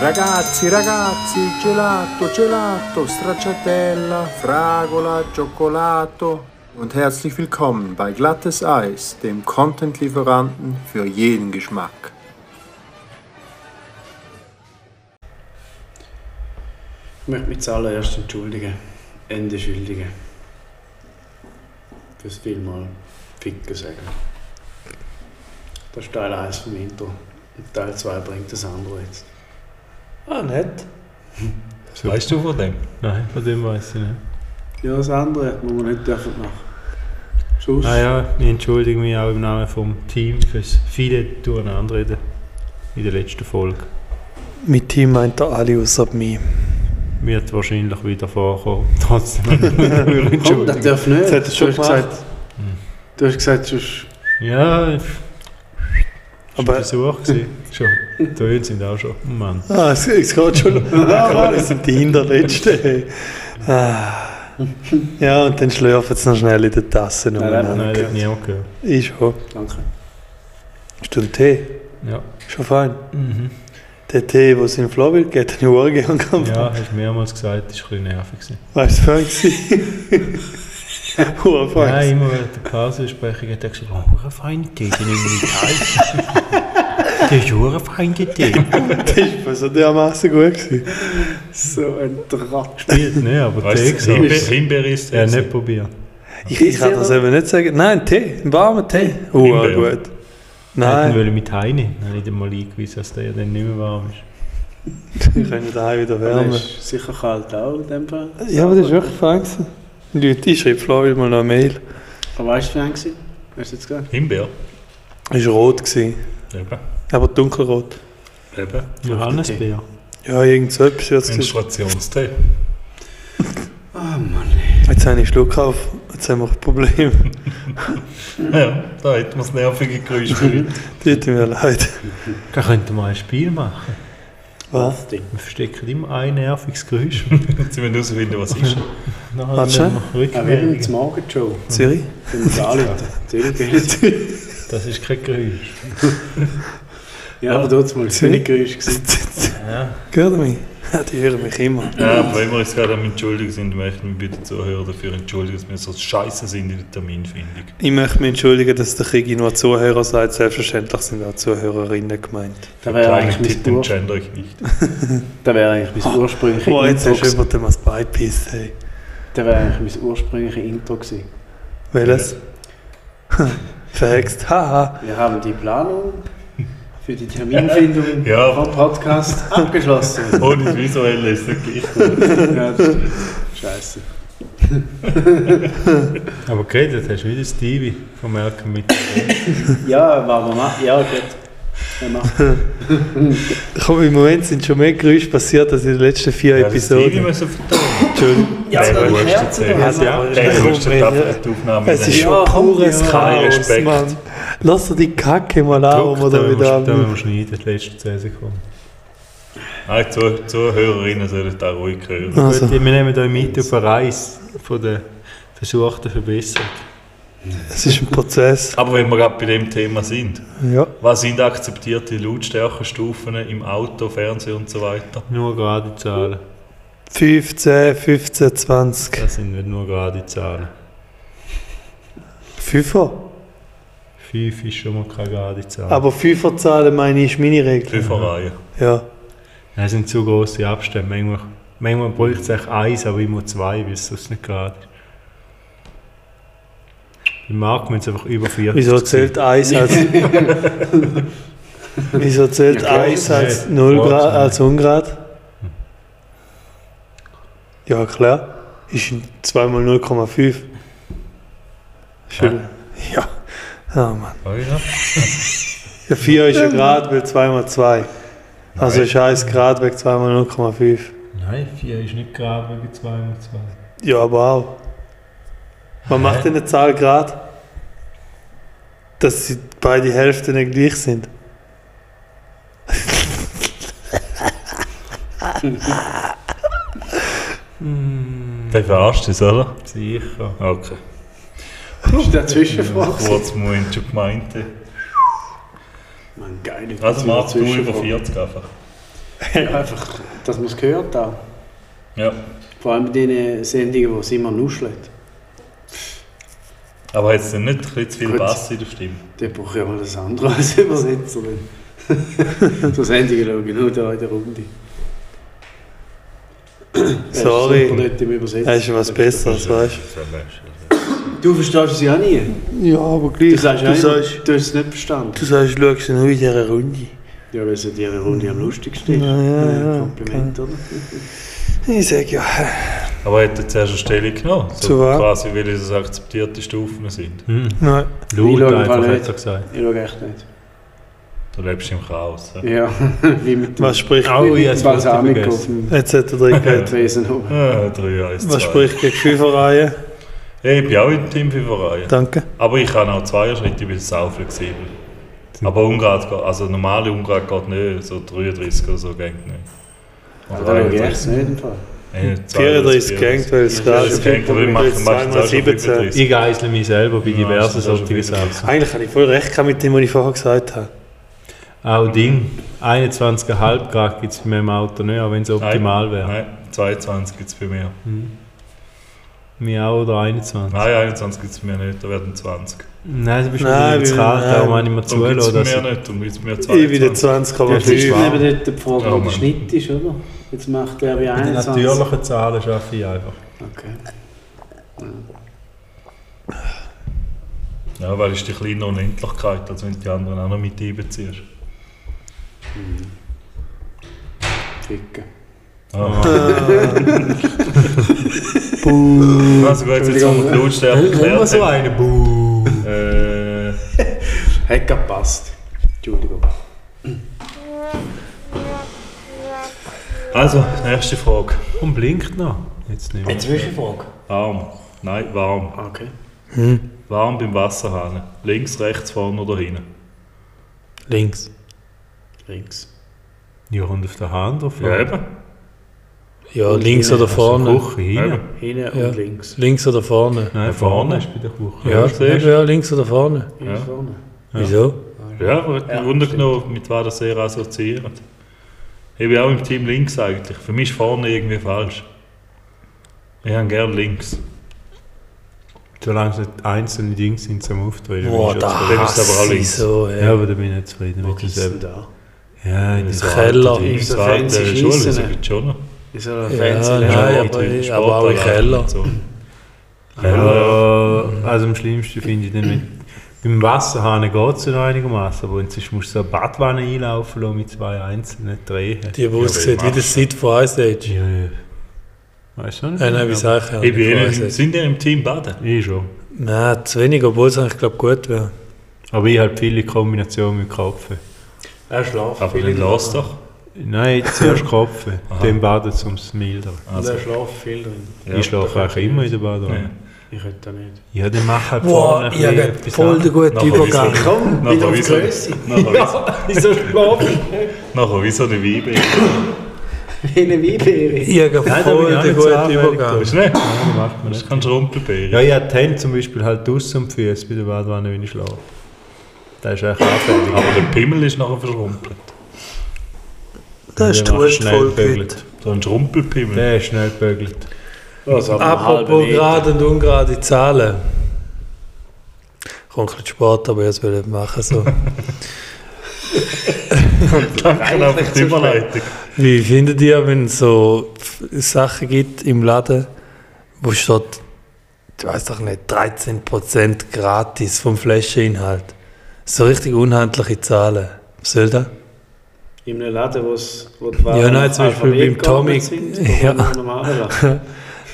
Ragazzi, ragazzi, gelato, gelato, stracciatella, fragola, cioccolato und herzlich willkommen bei Glattes Eis, dem Content-Lieferanten für jeden Geschmack. Ich möchte mich zuallererst entschuldigen, Ende schuldigen. Fürs vielmal Ficken sagen. Das ist Teil 1 vom Intro. Und Teil 2 bringt das andere jetzt. Ah, nett. So. Weißt du von dem? Nein, von dem weiß ich nicht. Ja, das andere muss man nicht dürfen machen. Schuss. Ah ja, ich entschuldige mich auch im Namen vom Team fürs viele Durcheinanderreden in der letzten Folge. Mein Team meint da alle außer mich. Wird wahrscheinlich wieder vorkommen. Trotzdem eine Komm, das Entschuldigung. darf nicht. Das hättest du hast schon gemacht. gesagt. Du hast gesagt, sonst Ja, ich war Aber Hm. Versuch gewesen. Schon. Die Töne sind auch schon. Mann. ah, es, es geht schon. Ah, Mann, es sind die Hinterletzten. Hey. Ah. Ja, und dann schlürfen sie noch schnell in der Tasse. Nein, umeinander. Nein, das hat niemand gehört. Ich schon. danke. Ist du ein Tee? Ja. Schon fein. Mhm. Der Tee, den es in Florida geht, hat ich auch gern gehabt. Ja, hast du mehrmals gesagt, das war ein bisschen nervig. Gewesen. Weißt du, fein gewesen? Hure fein. Nein, immer während der Klausensprechung hat er gesagt, oh, ein feiner Tee, den nehmen wir nicht ein. Der ist auch ein feiner Tee. Das war so dermaßen gut. Gewesen. So ein Draht. Spielt nicht, aber Tee Weißt gesagt. du, Himbe Himbeere ist Er hat nicht probiert. Ich, ich kann das eben nicht sagen. Nein, Tee. Ein warmer Tee. Hure Himbeer. gut. Nein. Nein, wollte mit Heini. Dann habe ich den mal eingewiesen, dass der ja dann nicht mehr warm ist. wir können daheim wieder Das wärmen. ist sicher kalt auch in dem Fall. Ja, aber das ist wirklich fein. gewesen. Leute, ich schreibe Florian mal noch eine Mail. Aber weißt du, wie lang war? Hast du jetzt gesagt? Himbeer. Es war rot, gewesen, Eben. aber dunkelrot. Eben. Johannesbeer. Ja, irgend so etwas wird es gewesen. Menstruationstee. Ah Mann, ey. Jetzt habe ich Schluck auf, jetzt haben wir ein Problem. Ja, da hätten wir das nervige Geräusch gehört. Tut mir leid. Da könnten wir ein Spiel machen. Was? Das Ding. Wir verstecken immer ein nerviges Geräusch. Jetzt müssen wir herausfinden, was ist. Nachher Warte Auch müssen wir wenn Ah, wir rückmelden. zum Morgen schon. Mhm. Zürich? Dann muss ich anrufen. Zürich geht's. Das ist kein Geräusch. Ja, aber dort mal Zürich war. Ja. Gehört ihr mich? Ja, die hören mich immer. Ja, aber wenn wir uns gerade am Entschuldigen sind, möchten wir bitte Zuhörer dafür entschuldigen, dass wir so scheiße sind in der Terminfindung. Ich möchte mich entschuldigen, dass der Krigi nur Zuhörer sagt. Selbstverständlich sind auch Zuhörerinnen gemeint. Da wäre Kleinen eigentlich Tipp mein, Ur entscheide euch nicht. da wäre eigentlich mein ursprüngliches Boah, Oh, jetzt Intro. hast gewesen. du über den was beipissen. Hey. Da wäre eigentlich mein ursprüngliches Intro gewesen. Welches? Verhext. Haha. Wir haben die Planung für die Terminfindung Ja. vom Podcast abgeschlossen. Ohne das Visuelle ist es nicht gleich. ja, das stimmt. Scheiße. Aber geredet hast du wieder Stevie von Malcolm mit. Ja, was wir machen. Ja, gut. Wir machen. Komm, im Moment sind schon mehr Geräusche passiert als in den letzten vier Ja, das TV Episoden. müssen vertonen. Entschuldigung. Ja, Ey, aber das wurscht ist jetzt, herzlich, ey. Mann. Ja, aber- Ey, Komm, wurscht, ey, da ja. die Aufnahme. Es ist nicht. schon Ja, pures ja. Kein Chaos, Respekt. Mann. Lass dir die Kacke mal an, Ah, wo Druck, wir da den wieder müssen- den müssen haben. wir schneiden, die letzten 10 Sekunden. Nein, Ah, Zuh- Zuhörerinnen sollen da ruhig hören. Also. Gut, wir nehmen euch mit auf eine Reise von der versuchten Verbesserung. Es ist ein Prozess. Aber wenn wir gerade bei dem Thema sind, Ja. was sind akzeptierte Lautstärkenstufen im Auto, Fernsehen und so weiter? Nur gerade Zahlen. 15, 15, 20. Das sind nicht nur gerade Zahlen. 5er. 5 ist schon mal keine gerade Zahl. Aber 5er Zahlen meine ich, ist meine Regel. Fünfer Reihe. Ja. Das sind zu grosse Abstände. Manchmal, manchmal bräuchte es echt eins, aber immer zwei, weil es sonst nicht gerade ist. Im Markt müssen es einfach über 40 Wieso zählt 1 als. Wieso zählt Ja, klar. 1 als Nee, 0 Grad, Grad, nein. als 1 Grad? Ja, klar. Ist 2 mal 0,5. Schön. Ja. Ah, Mann. Oh Ja. Ja, 4 ist ein Grad, weil 2 mal 2. Also Nein. ist 1 Grad wegen 2 mal 0,5. Nein, 4 ist nicht gerade wegen 2 mal 2. Ja, aber auch. Man macht denn eine Zahl Grad, dass sie beide Hälften nicht gleich sind. Der verarscht es, oder? Sicher. Okay. Ist der Zwischenfrage? Kurz Moment schon gemeint. Mann, geil. Also mach du über Zwischenfrage. 40 einfach. Ja, einfach, dass man es gehört auch. Ja. Vor allem bei den Sendungen, wo es immer nuschelt. Aber hat es denn nicht ein bisschen zu viel Gut. Bass in der Stimme? Dann brauche ich mal das andere als Übersetzer. dann. so Sendungen schaue ich nur genau da in der Runde. Sorry. Das ist super nicht im Übersetzen. Hast du was Besseres, weißt Du verstehst es ja nie. du? Ja, aber gleich. Du sagst, ja immer, du hast es nicht verstanden. du sagst, schau sie nur in dieser Runde. Ja, weil es ja die Runde am lustigsten ist. Ja, ja, ja, Kompliment, oder? Ich sag ja, Aber hat er zuerst eine Stellung genommen? So Zu was? quasi, weil es akzeptierte Stufen sind. Hm. nein. Laut schaue im einfach, Ballett. hat er gesagt. Ich schaue echt nicht. Du lebst im Chaos. Ja. Ja, wie mit Was spricht, Oh, wie ich mit hab's Balsamico vergessen. auf dem jetzt hat er drin gehabt. Tresen oben. Ah, 3, 1, 2. Was spricht gegen Fünferreihe? Hey, ich bin auch in Team 5 Reihe. Danke. Aber ich kann auch zweier Schritte, ich bin sau flexibel. Aber Ungrad, geht- also normale Ungrad geht nicht, so 33 oder so geht nicht. Aber Also da schaue ich echt nicht. im Fall. Äh, 34 Gang, weil es Ja, klar das ist. Gang, aber ich mache Jetzt zweimal 17. 17. Ich geißle mich selber bei Ja, diversen das ist schon solchen wieder- Sachen. Eigentlich hatte ich voll recht gehabt mit dem, was ich vorher gesagt habe. Auch Ding, 21,5 Grad gibt es bei meinem Auto nicht, auch wenn es optimal wäre. Nein, 22 gibt es bei mir. Mir auch oder 21. Nein, 21 gibt es bei mir nicht, da werden 20. Nein, du bist Nein, mir zu weil- kalt, nein. darum habe ich mir Darum gibt es zulassen. bei dass mir ich- nicht, darum gibt es bei mir Ich bin der 22. Das ist 20,5. wahr. Eben dort die Frage, Ja, wo der Mann. Schnitt ist, oder? Jetzt macht er wie Mit den 21. natürlichen Zahlen schaffe ich einfach. Okay. Ja, weil ist die kleine Unendlichkeit, als wenn du die anderen auch noch mit einbeziehst. Ficken. Ah. also gut, jetzt haben wir die Lautstärke Immer geklärt. so eine Buh. Äh, Hat gerade gepasst. Entschuldigung. also, nächste Frage. Und blinkt noch. Jetzt nicht mehr. Zwischenfrage. Warm. Nein, warm. Okay. Warm beim Wasserhahn. Links, rechts, vorne oder hinten? Links. Links. Ja, und auf der Hand drauf. Ja, eben. Ja, links oder vorne. Küche, hinten. eben. Hinten Ja. und links. Links oder vorne. Nein, vorne ist bei der Küche. Ja, siehst du? eben, ja, links oder vorne. Hinten Ja. vorne. Wieso? Ja, aber hat mich Ja, Wunder stimmt. genommen, mit was das sehr assoziiert. Ich bin auch im Team links eigentlich. Für mich ist vorne irgendwie falsch. Ich habe gerne links. Solange es nicht einzelne Dinge sind zum Auftreten. Boah, bin ich schon da zufrieden. Dann ist es aber auch hasse ich links. so, Ja, ey. aber da bin ich nicht zufrieden Wo mit mir gibt's denn selber. da? Ja, in So dieser Keller. alte Dinge, Ist So so alte fancy Schule, Schiessen. das gibt es schon noch. In so einer Ja, fancy nein, Lounge. aber- aber auch in Sportanlagen Keller. und So. Ja, Äh, also am schlimmsten finde ich dann, wenn beim Wasserhahn geht es noch einigermaßen, aber sonst musst du so eine Badwanne einlaufen lassen mit zwei einzelnen Drehen. Die Ja, Bus sieht wie machst der Sid von Ice Age. Ja, ja. Weißt du nicht? Nein, nein, wie sag ich? Ich bin von eh Ice nicht- Age. sind ihr im Team baden? Ich schon. Nein, zu wenig, obwohl es eigentlich, glaube gut wäre. Aber ich habe viele Kombinationen mit Kopfen. Er schlaft Aber dann lass doch. Nein, zuerst Kopfen, Aha. dann baden, um es zu mildern. Also, Er schlaft viel drin. ja. ich schlafe eigentlich immer in der Ja. Badewanne. Ich könnte da nicht. Ja, dann mach halt vorne Boah, ein ich bisschen habe etwas voll den anderes. guten Nachher Übergang. wieso- Komm, Nachher nicht auf die wieso- Größe. Nachher wieso- Wieso schlafen? nachher wie so eine Weibe. Wie eine Weinbeere. Ich habe Nein, da bin voll ich auch den nicht so guten anfällig Übergang. Weißt du nicht? Nein, das macht man Das nicht. ist kein Schrumpelbeere. Ja, ich habe die Hände zum Beispiel halt draussen und die Füße bei der Badewanne, wenn ich schlafe. Das ist echt anfällig. Aber der Pimmel ist nachher verschrumpelt. Das ist Der macht trostvoll, bögelt. Pete. So ein Schrumpelpimmel. Der ist schnell gebögelt. Apropos gerade und ungerade Zahlen. Kommt ein bisschen Sport, aber ich will es machen. So. Danke auch für die Überleitung. Wie findet ihr, wenn es so F- Sachen gibt im Laden, wo steht, ich weiß doch nicht, 13% gratis vom Flascheninhalt? So richtig unhandliche Zahlen. Was soll das? In einem Laden, wo's- wo die Waren Ja, nein, zum Beispiel alphabet beim Tommy. geordnet sind, Ja. wo man normal lacht.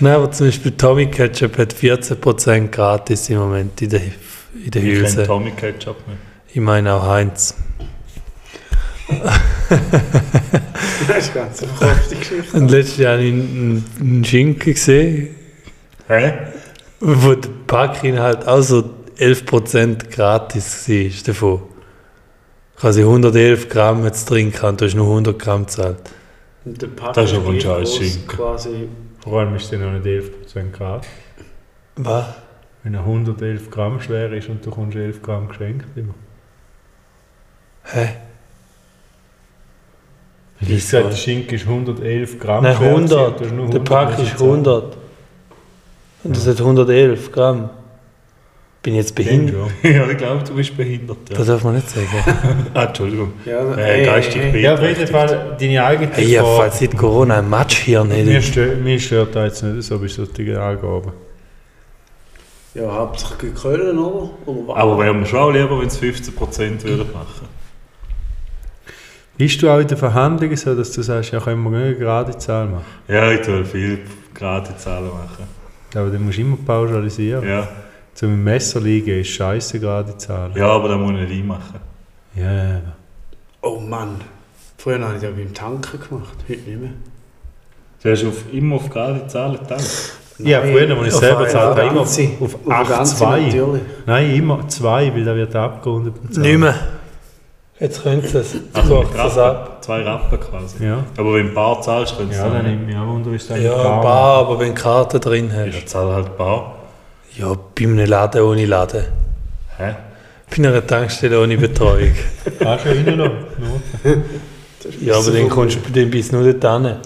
Nein, aber zum Beispiel Tommy Ketchup hat 14% gratis im Moment in der, in der Ich kenne Hülse. Tommy Ketchup nicht. Ich meine auch Heinz. Das ist ganz im Kopf, die Geschichte. Und letztes Jahr habe ich einen einen Schinken gesehen, Hä? wo der Packinhalt auch so 11% gratis war davon. Quasi 111 Gramm hat's drin gehabt, du hast nur 100 Gramm gezahlt. Und der Pack Das ist aber ein gleich groß, scheiß Schinken. Quasi Vor allem ist es noch nicht 11% Grad. Was? Wenn er 111 Gramm schwer ist und du kommst 11 Gramm geschenkt immer. Hä? Wie gesagt, der Schinken ist 111 Gramm. Nein, schwer gewesen, und 100. du hast nur Der Pack ist 100. Und das hat 111 Gramm. Bin ich jetzt behindert? Ja, ja, ich glaube, du bist behindert. Ja. Das darf man nicht sagen. Ah, Entschuldigung. Ja, Äh, geistig behindert. Ja, auf jeden Fall deine eigene Ey, ja, falls seit Corona ein ne, Matschhirn Mir hätte. stört, mir stört das jetzt nicht so bei solchen Angaben. Ja, hauptsächlich Köln, oder? oder was? Aber wäre mir schon auch lieber, wenn es 15% würden machen. Bist du auch in den Verhandlungen so, dass du sagst, ja, können wir nicht eine gerade Zahl machen? Ja, ich tue viel gerade Zahlen machen. Aber dann musst du immer pauschalisieren. Ja, Zum im Messer liegen ist scheiße gerade Zahl. ja aber da muss ich nicht machen. Ja, ja, ja. Oh Mann. Früher habe ich das beim Tanken gemacht, heute nicht mehr. Du hast auf, immer auf gerade Zahlen gedacht. Ja, Nein, früher, als ich selber eine zahlt, habe ich immer auf ganze. eine 8, ganze 2. natürlich. Nein, immer 2, weil da wird abgerundet. und so. Nicht mehr. Jetzt können sie es. Jetzt Also kocht mit es ab. Rappen, zwei Rappen quasi. Ja. Aber wenn du ein paar zahlst, könntest Ja, du dann sagen, nimmt mich auch Wunder, ist das Ja, ein paar, aber wenn Karte drin hast. ja, zahl halt ein paar. Ja, bei einem Laden ohne Laden. Hä? Bei einer Tankstelle ohne Betreuung. Kannst du ja reinlassen. Not. ja, aber dann kommst du bei dem bis nur dort hin.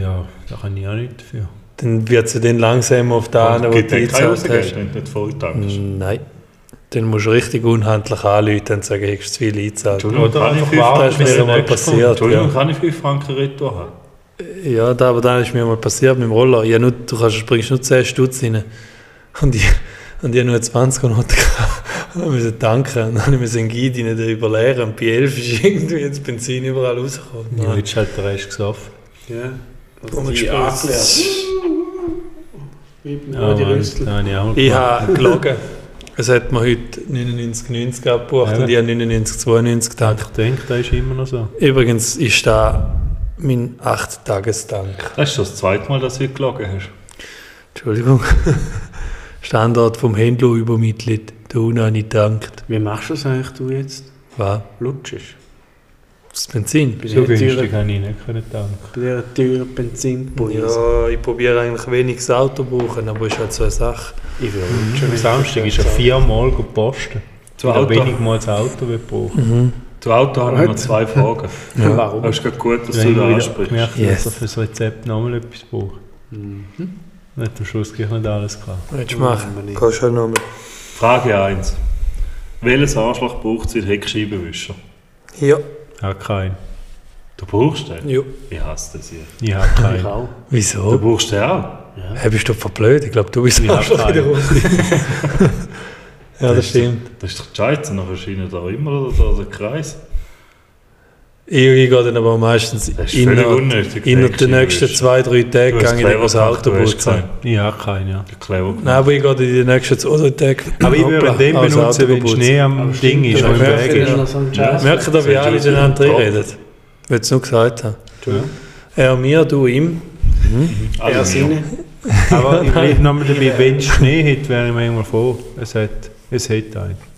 Ja, da kann ich auch nicht dafür. Dann wird sie dann langsam auf den Dann einen, wo du gibt dir kein gezahlt Ausgeld, hast. wenn du nicht voll tankst. Nein. Dann musst du richtig unhandlich anrufen und sagen, hast du zu viel eingezahlt. Entschuldigung, Oder kann ich einfach fünf- warten, kann bis ich es den mal nächsten- passiert, Entschuldigung, ja. kann ich 5 Franken Retour haben? Ja, da, aber dann ist mir mal passiert mit dem Roller. Ja, nur, du kannst, springst nur 10 Stutz rein. Und ich, und ich hab nur 20 Noten gehabt. Und dann musste ich tanken. Und dann musste ich einen Guide rein, der überleeren. Und bei 11 ist irgendwie jetzt Benzin überall rausgekommen. Ja, jetzt hat der halt Rest gesoffen. Ja. Also Und die Spaß. angeleert. Wie Ja, die Mann, Rüstel. da habe ich auch mal Ich gemacht. habe gelogen. Es hat mir heute 99,90 abgebucht Eben. und ich habe 99,92 getankt. Ich denke, das ist immer noch so. Übrigens ist da mein 8-Tages-Tank. Das ist schon das zweite Mal, dass du gelogen hast. Entschuldigung. Standort vom Händler übermittelt. Da unten habe ich getankt. Wie machst du das eigentlich du jetzt? Was? Lutschst. Das Benzin? Bei So dieser günstig teuren, kann ich nicht können tanken. bei dieser teuren Benzinpulse. Ja, ich probiere eigentlich weniges Auto zu brauchen, aber ist halt so eine Sache. Ich will lutschen. Am Samstag ist er viermal gepostet. Zu Weil er Auto, wenig mal das Auto will brauchen zu Auto habe ich noch zwei Fragen. Warum? Das ist gerade gut, dass Wenn du ich da wieder ansprichst. gemerkt Yes. dass er für das Rezept nochmal etwas braucht. Mhm. Dann hat am Schluss gleich nicht alles klar. Willst du Machen wir machen? nicht. Kannst du halt nochmal. Frage 1. Welches Arschloch braucht es in Heckscheibenwischer? Ja, Auch keinen. Du brauchst den? ja. Ich hasse das hier. Ich habe Ich keinen. auch. Du Wieso? brauchst den auch? Hey, bist du verblöd? Ich glaube, du bist Ich hab Arschloch in der keinen. Runde. Ja, das stimmt. Das ist doch die Scheiße, nachher scheinen da immer da, da der Kreis. Ich, ich gehe dann aber meistens Das ist völlig innerhalb unnötig. innerhalb der nächsten zwei, drei Tage gehe ich dann das Auto putzen. sein. Ich habe keinen, ja. Clever gemacht. Nein, aber ich gehe dann in den nächsten zwei, drei Tagen Aber ich würde hoppla, den alles benutzen, Auto wenn putzen. Schnee am Ding ist, Ich wo im das merke, Weg merke das ist. ist noch so ein Scheiß. Merkt ihr, wie Sehr alle gut. miteinander Top. reden? Weil es nur gesagt haben. Er mir, du ihm. Also Ja, mir. Sinne. Aber ich bleibe nochmal dabei, wenn es Schnee hätte, wäre ich manchmal froh. Es hat, es hat einen.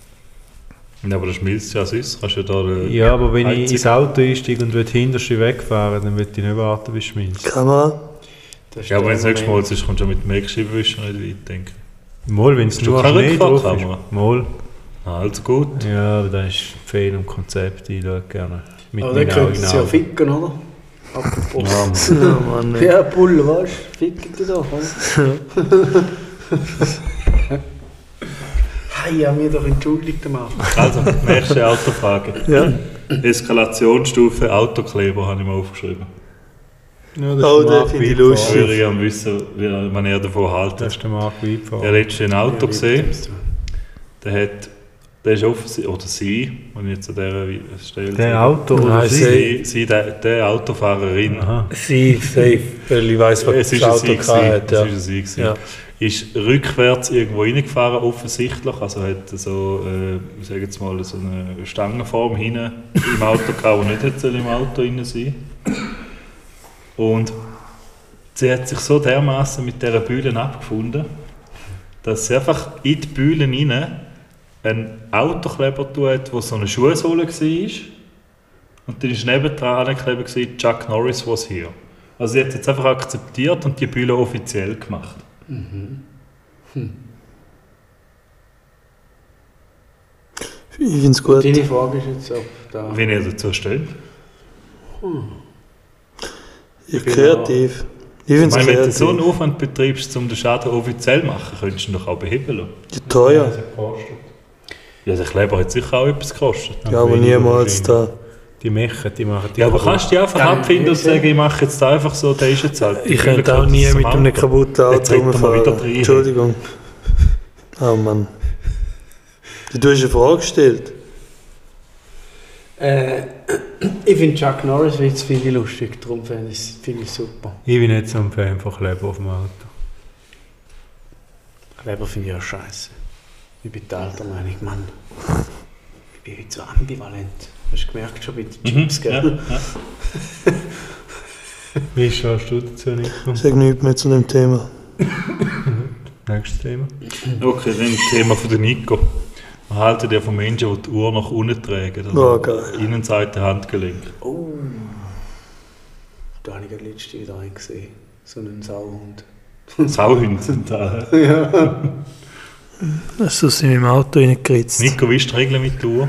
Ja, aber das schmilzt ja süß. Kannst ja da äh, Ja, aber wenn ich Heizung. ins Auto einsteige und will die hinterste wegfahren, dann will ich nicht warten, bis es schmilzt. Kamera. Das ist Ja, aber der wenn es nächstes Mal Moment. ist, kommst du ja mit dem Heckscheibenwischer nicht weit, denke ich. Mal, wenn es Hast du nur keine Schnee drauf Rückfahrkamera? ist. Mal. Na, alles gut. Ja, aber da ist Fehl am Konzept, ich schaue gerne. Mit genau Aber dann meinen könnte Augen es ja an. ficken, oder? Apropos. Ja, Mann, ey. Ja, Bull, weißt du? Ficken die doch. oder? Hey, ich habe mich doch entschuldigt am Anfang. Also, nächste Autofrage. Ja. Eskalationsstufe Autokleber habe ich mir aufgeschrieben. Ja, das Oh, ist den Mark finde ich Weidfahrer. Ich lustig. würde gerne wissen, wie man er davon Das hält. ist der Mark Ich Weidfahrer. habe letztens ein Auto Ja, gesehen, liebst du. der hat, der ist offensichtlich, oder sie, wenn ich jetzt an dieser Stelle Der Auto oder Nein, sie? sehr- sie, sie, der, der Autofahrerin, Aha. Sie, safe. Weil ich weiß, was es das ist ein Auto sie, gewesen, gehabt hat. es Ja. ist ein sie gewesen, Ja. ist rückwärts irgendwo reingefahren, offensichtlich, also hat so, äh, ich sage jetzt mal, so eine Stangenform hinten im Auto gehabt, die nicht hätte sollen im Auto rein sein Und sie hat sich so dermaßen mit dieser Bühne abgefunden, dass sie einfach in die Bühne rein einen Autokleber tut, wo so eine Schuhsohle war. Und dann war nebendran angeklebt, gewesen, Chuck Norris was here. Also sie hat es jetzt einfach akzeptiert und die Bühne offiziell gemacht. Ich finde es gut. Deine Frage ist jetzt, ob da. Wenn ihr dazu steht. Ich kreativ. Ich Ich finde es meine, wenn du kreativ. so einen Aufwand betreibst, um den Schaden offiziell zu machen, könntest du ihn doch auch beheben lassen. Oh Ja, teuer. Ja, also der Kleber hat sicher auch etwas gekostet. Ja, aber niemals da. Die Mechen, die machen die Ja, aber kannst du dich einfach abfinden und sagen, ich mache jetzt einfach so, der ist jetzt halt. Ich könnte auch nie mit einem kaputten Jetzt Auto redet er mal wieder rumfahren. rein. Entschuldigung. Oh Mann. Du hast eine Frage gestellt. Äh, ich finde Chuck Norris Witz finde ich lustig, darum finde ich es find ich super. Ich bin nicht so ein Fan von Kleber auf dem Auto. Kleber finde ich auch scheiße. Ich bin der alter Meinung, Mann. Ich bin heute so ambivalent. Hast du gemerkt schon bei den Mhm, Chips, Ja, gell? ja. Wie schaust du dazu, Nico? Sag nichts mehr zu dem Thema. Nächstes Thema. Okay, dann das Thema von der Nico. Was haltet ihr von Menschen, die die Uhr nach unten tragen? also Oh, geil. Innenseite Handgelenk. Oh. Da habe ich gerade letzte wieder einen gesehen. So einen Sauhund. Sauhund sind da. Hast du es in meinem Auto reingeritzt? Nico, wie ist die Regel mit der Uhr?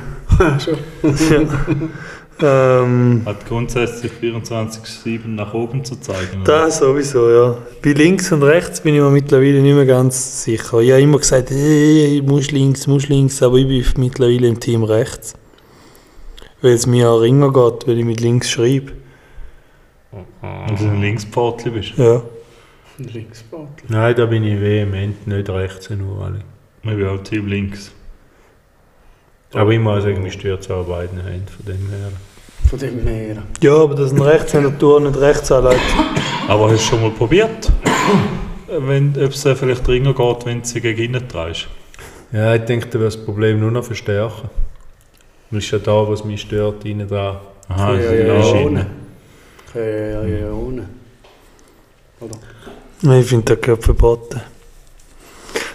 Ähm, Hat grundsätzlich 24-7 nach oben zu zeigen. da sowieso, ja. Bei links und rechts bin ich mir mittlerweile nicht mehr ganz sicher. Ich habe immer gesagt, hey, muss links, muss links, aber ich bin mittlerweile im Team rechts. Weil es mir auch ringer geht, wenn ich mit links schreibe. Wenn du ein Linkspfortli bist. Ja. Ein Linksbeutel. Nein, da bin ich vehement nicht rechts nur alle. Wir sind auch Team Links. Aber ich muss sagen, mich stört es auch an beiden Händen von dem her. Von dem her. Ja, aber dass ein Rechtshänder Tour nicht rechts anlegt. Aber hast du schon mal probiert? wenn, ob es äh, vielleicht ringer geht, wenn du sie gegen innen trägst. Ja, ich denke, da wird das Problem nur noch verstärken. Das ist ja da, was mich stört, innen dran. Aha, ja, also ja, da ja, ist ohne. innen. Ja, ja, ja, ohne. Oder? Nein, ich finde, der gehört verboten.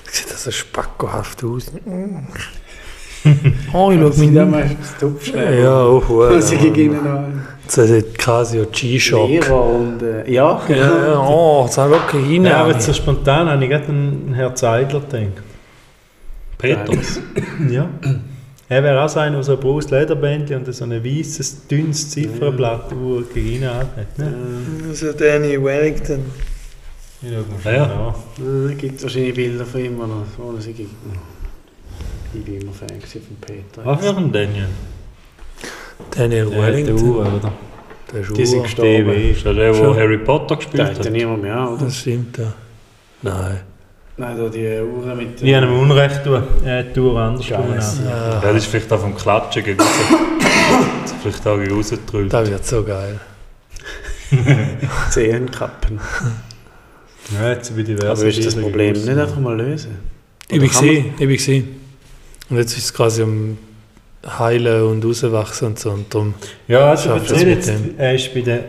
Das sieht so spackohaft aus. Oh, ich Das schaue sind ja mich meistens Topfschläge. Ja, äh, auch Und gut. Sie gehen ihnen noch Das ist Casio G-Shock. Lehrer und... Äh, ja. Ja, ja, oh, das habe ich wirklich rein. Ja, aber so spontan habe ich gerade an Herrn Zeidler gedacht. Peters. Ja. Er wäre auch so einer, der so ein braunes Lederbändchen und so ein weißes, dünnes Ziffernblatt, das er gegen ihn hat. Ne? Äh, So Danny Wellington. Ich schau mir Ja. schon an. Es gibt wahrscheinlich Bilder von ihm, oder? Ohne sie gibt. Ich bin immer Fan gewesen von Peter. Was für ein Daniel? Daniel Wellington. Uhr, oder? Der ist Die sind Uhr. gestorben. Ist das der, der Schon. Harry Potter gespielt Da hat hat? ja niemand mehr, oder? Das stimmt, ja. Nein. Nein, da die Uhren mit Ich habe ihm Unrecht tun. Er hat die Uhr anders tun. Ja, Ah, Ja, das ist vielleicht auch vom Klatschen gegen raus. Das ist vielleicht auch gegen rausgetrüllt. das wird so geil. Zehenkappen. Ja, jetzt bei diversen Aber Also ist das Filmen Problem nicht gewesen. einfach mal lösen? Ich bin Oder kann gesehen, ich bin gesehen. Und jetzt ist es quasi am Heilen und Rauswachsen und so. Und darum, Ja, also Schafft erzähl das jetzt, mit er war bei der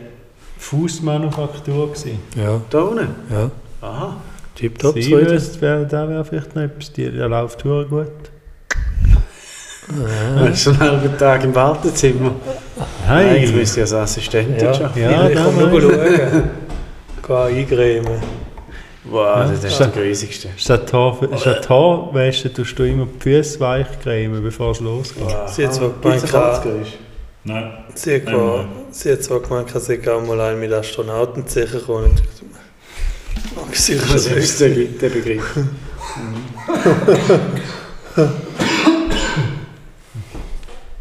Fußmanufaktur. gewesen. ja, Da unten? ja. Aha. Tipptopp, Sie so jetzt. wüsste, wer- da wäre vielleicht noch etwas, die- der läuft sehr gut. Du hast schon einen halben Tag im Wartezimmer. Nein, jetzt müsste ich als Assistentin Ja. arbeiten. Ja, ich da komme nur meinst du. schauen. Geh eingremen. Wow, das ist der grusigste. Statt Haar- statt Haarwäsche tust du immer die Füße weich cremen, bevor es losgeht. Sie hat zwar Gibt's gemeint, einen 80er ist. Nein. Sie hat, Einmal. sie hat zwar gemeint, dass sie auch mal einen mit Astronauten sicher kommen. Oh, sicher Das ist ist der dritte Begriff.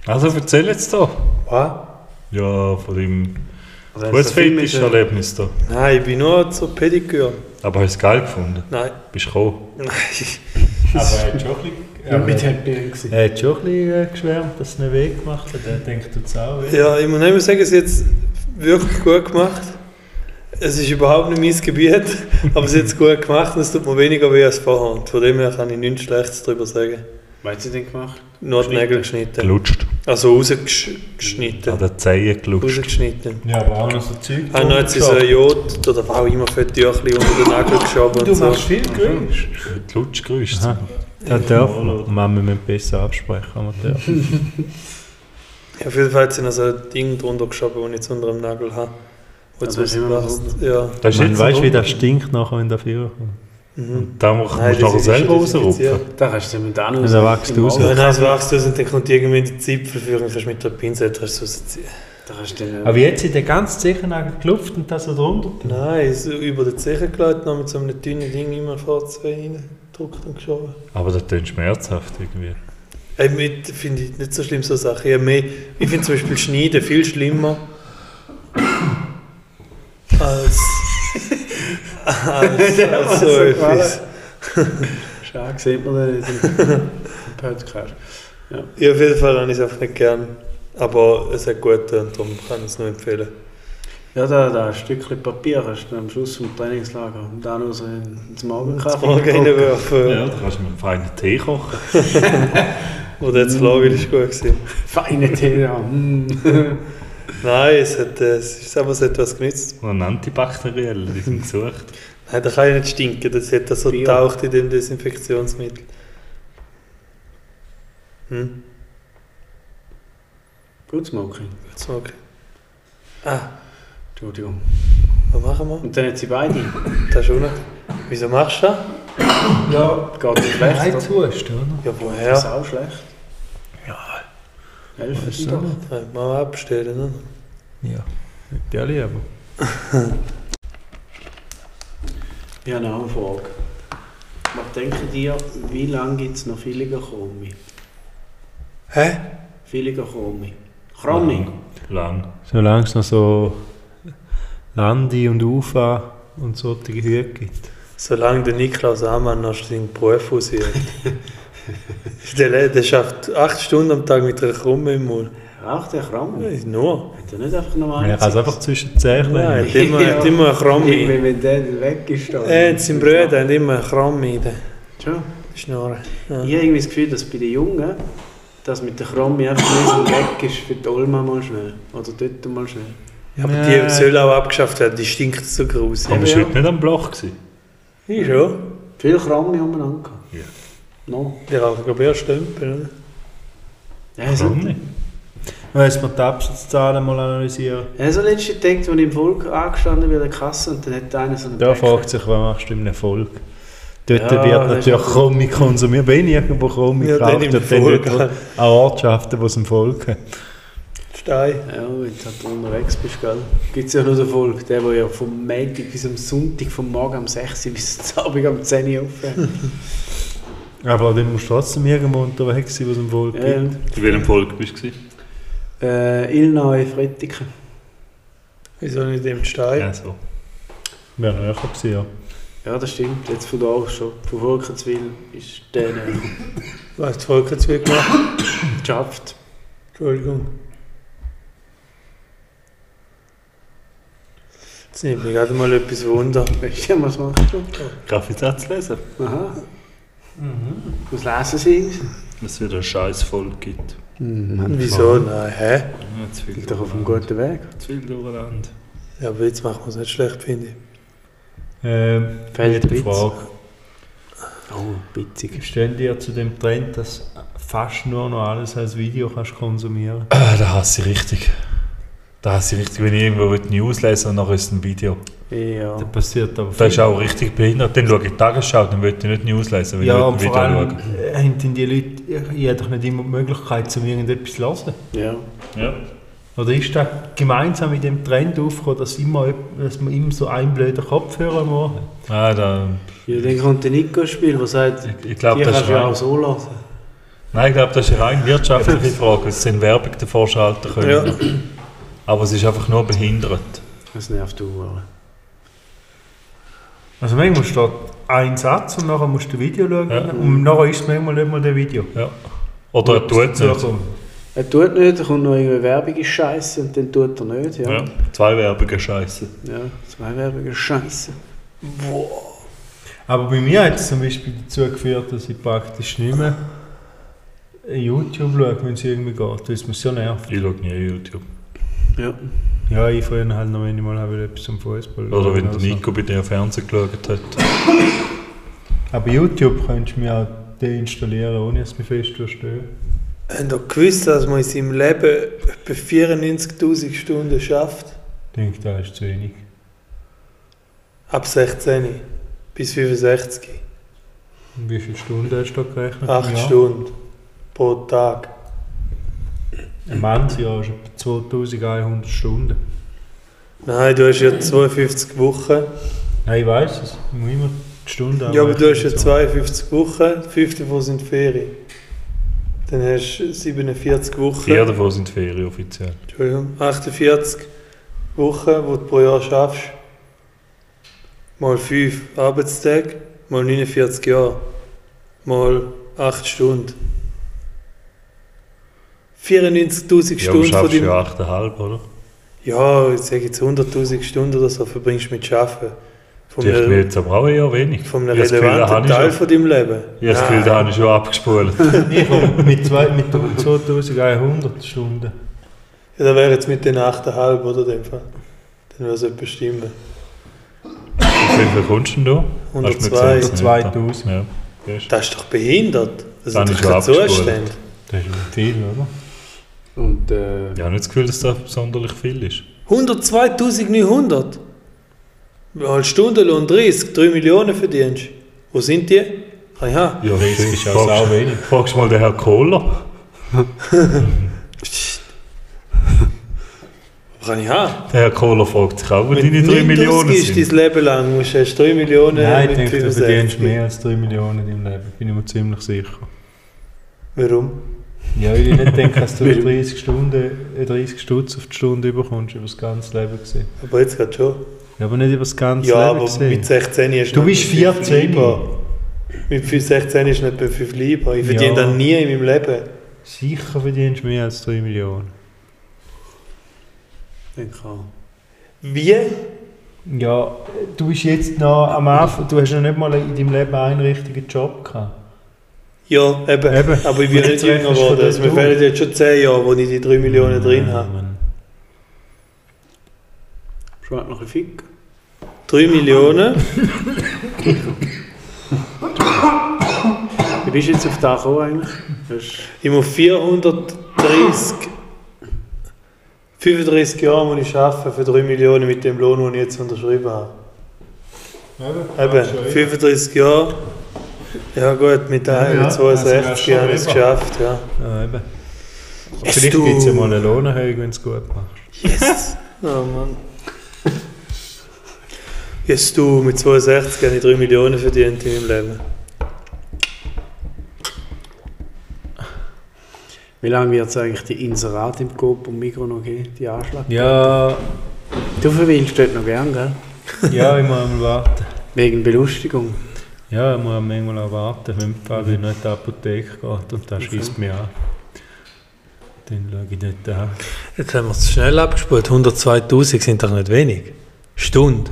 Also erzähl jetzt da. Was? Ja, von dem Also, gutes der Film ist, äh, Fetisch-Erlebnis da. Nein, ich bin nur zur Pediküre. Aber hast du es geil gefunden? Nein. Bist du gekommen? Nein. Aber er hat schon ein Ja, mit bisschen, Happy End gewesen. er hat schon ein bisschen äh, geschwärmt, dass es einen Weg gemacht hat. Er denkt, tut es auch weh. Ja, ich muss nicht mehr sagen, sie hat es wirklich gut gemacht. Es ist überhaupt nicht mein Gebiet, aber sie hat es gut gemacht und es tut mir weniger weh als vorher. Und von dem her kann ich nichts Schlechtes darüber sagen. Was hat sie denn gemacht? Nur die Nägel geschnitten. Gelutscht. Also rausgeschnitten. An den Zehen gelutscht. Rausgeschnitten. Ja, aber auch noch so Zeug. Ah, nein, jetzt ist ein Jod oder was auch immer für die Tüchli unter den Nagel geschoben und so. viel Geräusch. Glutschgeräusch. Aha. Da darf man. Mann, wir müssen besser absprechen, aber der. Ja, auf jeden Fall hat sie noch so ein Ding drunter geschoben, das ich jetzt unter dem Nagel habe. Wo Aber es was immer noch passt. Ja. Das Man weißt, wie das das stinkt nachher, wenn der Führer kommt. Mhm. Da musst Nein, du nachher das ist selber desinfiziert. rausrupfen. Da kannst du mit anderen. Oh, Also, da wächst du raus. Ja, nein, es wächst aus und dann kommt irgendwann die Zipfel führen, kannst mit der Pinsel draus rausziehen. Das Da kannst du dann Aber jetzt in der ganzen Zechennagel gelupft und das so drunter. Nein, so über den Zechen gelegt, noch mit so einem dünnen Ding immer vor zwei reingedrückt und geschoben. Aber das klingt schmerzhaft irgendwie. Ey, mit finde ich nicht so schlimm, so Sachen. Ich, hab mehr- ich finde zum Beispiel Schneiden viel schlimmer als, als, als so etwas. Schade, sieht man den nicht im im Podcast. Ja, auf jeden Fall habe ich es auch nicht gern. Aber es hat gut getan, darum kann ich es nur empfehlen. Ja, da, da ein Stückchen Papier hast du am Schluss vom Trainingslager und dann noch so in- ins Morgenkaffee. Morgen gedruckt. reinwerfen. Ja, da kannst du mit einem feinen Tee kochen. Oder jetzt Lager ist gut gewesen. Feine Tee, ja. mm. Nein, es hat, äh, es ist aber es hat was genützt. Und ein Antibakteriell, die sind gesucht. Nein, da kann ich nicht stinken, das hat das so Bio. taucht in dem Desinfektionsmittel. Hm, Gut Smoking. gut smoken. Ah, Entschuldigung. was machen wir? Und dann hat sie beide. Das ist unten. Wieso machst du das? Ja. Geht es schlecht? Nein, oder? tust du, oder? Ja, Das ist woher? auch schlecht. Ja. Helfen doch. Ja, Mal abstellen, ne? Ja. Nicht alle, aber. Ich habe noch eine Frage. Was denkt ihr, wie lange gibt es noch Filiger Chromi? Hä? Filiger Chromi. Chromi? Lang. Solange es noch so Landi und Ufa und solche Hüte gibt. Solange der Niklaus Amann noch seinen Beruf ausübt. der, Le- der schafft acht Stunden am Tag mit einer Krumme im Mund. Ach, der Chromi. Nein, Nur. Hat er nicht einfach normal Man kann es einfach zwischen die Zehen Nein, legen. hat immer, hat immer eine Krumme. Wenn der weg ist, dann... Äh, sein Bruder hat immer eine Krumme in der Schon. Schnurre. Ja. Ich habe irgendwie das Gefühl, dass bei den Jungen das mit der Chromi einfach nicht so weg ist für die Olma mal schnell. Oder dort mal schnell. Aber Nein. die soll auch abgeschafft werden, die stinkt so gruselig. Aber bist du ja. heute nicht am Bloch gewesen? Ich schon. Viel Chromi umeinander gehabt. Ja. No. Die rauchen, glaube ich, auch Stümpel. oder? Ja, so, Warum nicht? Wenn wir die Absatzzahlen mal analysieren. ich habe so letztens gedacht, als ich im Volk angestanden bin an der Kasse und dann hat einer so einen Da Päckchen- fragt sich, was machst du im Erfolg? Dort Ja, wird das ist natürlich natürlich- Kommi konsumiert. Wenn irgendwo Kommi Ja, dann kauft, im dann dort Volk. an Ortschaften, wo es im Volk hat. Stein. Ja, wenn du halt unterwegs bist, gell? Gibt es ja noch den Volk, der, der ja vom Montag bis am Sonntag, vom Morgen am 6 Uhr bis zum Abend am 10 Uhr aufhört. Aber dann musst du trotzdem irgendwo unterwegs sein, wo es im Volk ja, ja. gibt. In welchem Volk bist du? gewesen? Äh, Illneu, Frittiken. Wieso nicht im Stein? Ja, so. Wäre näher gewesen, ja. Ja, das stimmt. Jetzt von da aus schon. Von Volkenswil ist der näher. Was hat Volkersweg gemacht? geschafft. Entschuldigung. Jetzt nimmt mich gerade mal etwas Wunder. Weißt du, was machst du? Kaffeesatz lesen. Aha. Was lesen sie? Dass es wieder ein scheiß Volk gibt. Mhm, Wieso? Nein, hä? Ja, zu viel Sind doch auf einem guten Weg. Zu viel durcheinander. Ja, aber jetzt machen wir es nicht schlecht, finde ich. Ähm, Fällt vierte Witz. Frage. Oh, witzig. Stehen dir zu dem Trend, dass fast nur noch alles als Video kannst konsumieren Ah, da hasse ich richtig. Da hasse ich richtig, wenn ich irgendwo die News lese und nachher ist ein Video. Ja. Das passiert aber Das ist auch richtig behindert. Dann schaue ich die Tagesschau, dann will ich nicht die News lesen, wenn Ja, ich ein und Video vor allem schaue. äh, haben dann die Leute ja doch nicht immer die Möglichkeit, zum irgendetwas zu hören. Ja. Ja. Oder ist das gemeinsam mit dem Trend aufgekommen, dass, immer, jemand- dass man immer so einen blöden Kopfhörer muss? Ah, da, ja dann kommt der Nico ins Spiel, der sagt, ich, ich die glaube, das kannst ist du ja rein, auch so lassen. Nein, ich glaube, das ist eine rein wirtschaftliche Frage, dass sie in Werbung davor schalten können. Aber es ist einfach nur behindert. Das nervt du auch. Also manchmal steht ein Satz und nachher musst du ein Video schauen Ja. und nachher ist es manchmal nicht mal das Video. Ja. Oder er tut es nicht. Er tut nicht, er kommt noch irgendeine Werbung ist scheiße und dann tut er nicht. Ja. Ja. Ja, Zwei Werbungen scheiße. zwei Werbung ist scheiße. Aber bei mir hat es zum Beispiel dazu geführt, dass ich praktisch nicht mehr YouTube schaue, wenn es irgendwie geht, weil es mich so nervt. Ich schaue nie YouTube. Ja. Ja, ich vorhin halt noch manchmal habe ich etwas zum Fußball. Oder wenn der Also. Nico bei dir Fernsehen geschaut hat. Aber YouTube könntest du mir auch deinstallieren, ohne dass du mich fest verstehst. Habt ihr gewusst, dass man in seinem Leben etwa 94.000 Stunden schafft? Ich denke, das ist zu wenig. Ab 16 bis 65. Und Wie viele Stunden hast du da gerechnet? im Acht Jahr? Stunden pro Tag. Im Mensa ist etwa 2100 Stunden. Nein, du hast ja 52 Wochen. Nein, ich weiss es. Ich muss immer die Stunden Ja, aber du hast ja anrechnen. 52 Wochen, 5 davon sind Ferien. Dann hast du 47 Wochen. Vier davon sind Ferien offiziell. Entschuldigung, 48 Wochen, die du pro Jahr schaffst. Mal 5 Arbeitstage, mal 49 Jahre, mal 8 Stunden. 94.000 Ja, aber Stunden von schaffst deinem... ja 8,5, oder? Ja, ich sage jetzt 100.000 Stunden oder so verbringst du mit Arbeiten. Von Ich bin einem, jetzt aber auch eher wenig. von einem Ich hab das Gefühl, da relevanten habe ich Teil schon- von deinem Leben. Ich habe das Gefühl, da habe ich schon abgespult. Ich komme mit, zwei, mit 2100 Stunden. Ja, da wäre jetzt mit den 8,5 oder dem Fall. Dann wäre es etwas stimmen. Wie viel kommst du denn da? Hast du mir 102. gesagt? 2000. Ja. Siehst du? Das ist doch behindert. Das Dann sind doch ist er keine abgespult. Zustände. Das ist nicht viel, oder? Und äh, Ich habe nicht das Gefühl, dass das sonderlich viel ist. 102.900. Als Stundenlohn 30, 3 Millionen verdienst. Wo sind die? Ah ja, Ja, das ist auch sau wenig. Fragst du mal den Herrn Kohler? kann ich haben. Der Herr Kohler fragt sich auch, wo deine 3 Nicht Millionen ausgibst sind. dein Leben lang, musst du hast 3 Millionen Nein, ich mit denke, du 65. verdienst mehr als 3 Millionen in deinem Leben. Bin ich mir ziemlich sicher. Warum? Ja, weil ich nicht denke, dass du 30 Stunden, äh, 30 Stutz auf die Stunde überkommst, über das ganze Leben gesehen. Aber jetzt gerade schon. Ja, aber nicht über das ganze ja, Leben aber gesehen. mit 16 ist Du bist 14. Mit 16 ist nicht bei 5 lieber. Ich verdiene Ja. das nie in meinem Leben. Sicher verdienst du mehr als 3 Millionen. denke ich auch. Wie? Ja, du bist jetzt noch am Anfang, du hast noch nicht mal in deinem Leben einen richtigen Job gehabt. Ja, eben. Eben. Aber ich bin Und nicht jetzt jünger rechnest du geworden. das Also, mir durch. fehlen jetzt schon 10 Jahre, wo ich die 3 Millionen drin habe. Mann. Schon hat noch ein Fick. 3 Millionen. Wie bist du jetzt auf den gekommen eigentlich? Hast Ich muss 430, 35 Jahre muss ich arbeiten für 3 Millionen mit dem Lohn, den ich jetzt unterschrieben habe. Eben, 35 Jahre. Ja gut, mit Ja, ja, 62 also habe ich es schon geschafft, ja. Ja, eben. Yes, Vielleicht du. gibt es ja mal eine Lohnerhöhung, wenn du es gut machst. Oh Mann. Jetzt du, mit 62 habe ich 3 Millionen verdient in meinem Leben. Wie lange wird es eigentlich die Inserat im Coop und Migros noch geben, die Anschlag? Ja, Du verwendest dort noch gern, gell? ja, ich muss einmal warten. Wegen Belustigung. Ja, ich muss manchmal auch warten, wenn Fabi nicht in die Apotheke geht und das schießt mich an. Dann schaue ich nicht an. Jetzt haben wir es schnell abgespult. 102.000 sind doch nicht wenig. Stunde,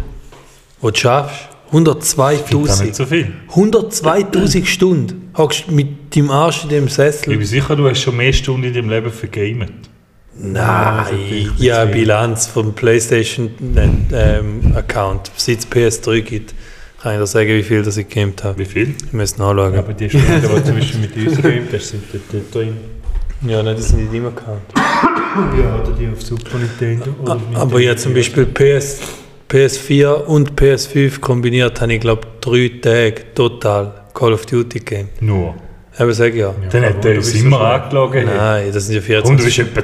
wo du schaffst. Das ist nicht 102.000. so viel. 102.000 Stunden. Hockst mit deinem Arsch in dem Ich Sessel. bin sicher, du hast schon mehr Stunden in deinem Leben vergamet. Nein. Ja, Bilanz vom PlayStation ähm, Account. Seit es PS3 gibt, kann ich dir sagen, wie viel das ich gekämpft habe. Wie viel? Ich muss nachschauen. Aber die Stunden, die du zum Beispiel mit uns gegeben hast, sind dort nicht drin. Ja, nein, das sind nicht immer Account. Ja, oder die auf Super Nintendo. Oder mit Aber ja, zum Beispiel PS, PS4 und PS5 kombiniert habe ich, glaube drei Tage total Call of Duty Game. Nur. Aber sag ja. Dann hat er uns immer angelogen. hey. Nein, das sind ja 40. Und du bist etwa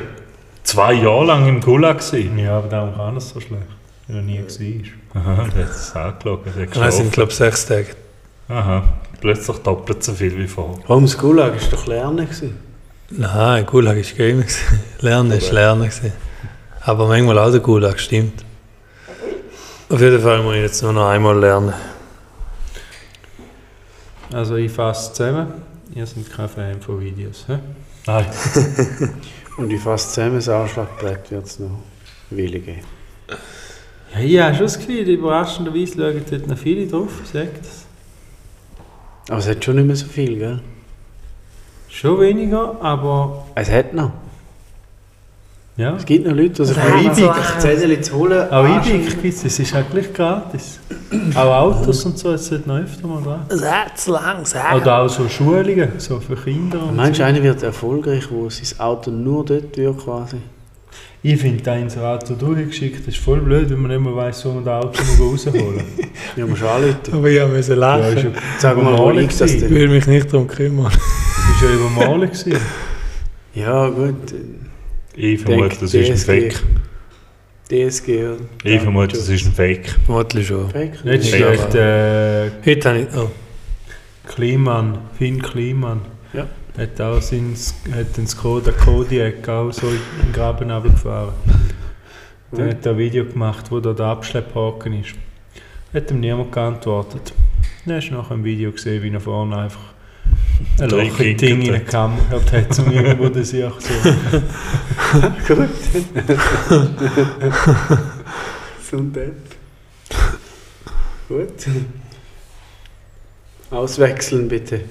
zwei Jahre lang im Gulag. gewesen. Ja, aber darum kann es so schlecht, weil er nie Äh. war. Aha, der hat es angelogen. Der hat Nein, das sind, geschlafen. glaube ich, sechs Tage. Aha, plötzlich doppelt so viel wie vorher. Homeschoolag ist doch Lernen gewesen. Nein, Gulag ist Game. gewesen. Lernen ist Lernen. gewesen. Aber manchmal auch der Gulag, stimmt. Auf jeden Fall muss ich jetzt nur noch einmal lernen. Also ich fasse zusammen, ihr seid kein Fan von Videos. He? Nein, Und ich fasse zusammen, das Anschlagbrett wird es noch Wille geben. Ja, ich habe schon das Gefühl, überraschenderweise schauen dort noch viele drauf, sagt das. Aber es hat schon nicht mehr so viel, gell? Schon weniger, aber Es hat noch. ja. Es gibt noch Leute, die sich Nein, noch ich bin- versuchen, Zettel zu holen. Auch Anschlag- E-Bike gibt es, es ist auch gleich gratis. Auch Autos und so, es sollte noch öfter mal dran. Es hat zu lang, Oder auch so Schulungen, so für Kinder und Also, Meinst so. du, einer wird erfolgreich, wo sein Auto nur dort wird quasi? Ich finde da ins Auto durchgeschickt, das ist voll blöd, wenn man nicht mehr weiss, wo man das Auto noch rausholen muss. Ja, musst du anrufen. Aber ich musste ja, ist lachen. ja, Sag Ah, mal, wo Übermalen liegt das ich denn? will mich nicht darum kümmern. ist ja übermalen gewesen. Ja, gut. äh, Ich vermute, Denk, das ist ein DSG. Fake. DSG und Ich vermute, das ist ein Fake. vermutlich schon. Fake Nicht Ja, schlecht, äh, Heute habe ich. Oh, Kliman, Finn Kliman. Ja. Hat auch seinen, hat den Skoda Kodiak auch so in den Graben runtergefahren. Dann hat er ein Video gemacht, wo da der Abschlepphaken ist. Hat ihm niemand geantwortet. Dann hast du nachher ein Video gesehen, wie er vorne einfach ein Drei Loch in Ding in gekickt den Kamm gehabt hat, um irgendwo den Sieg so. Gesundheit. Gut. Auswechseln bitte.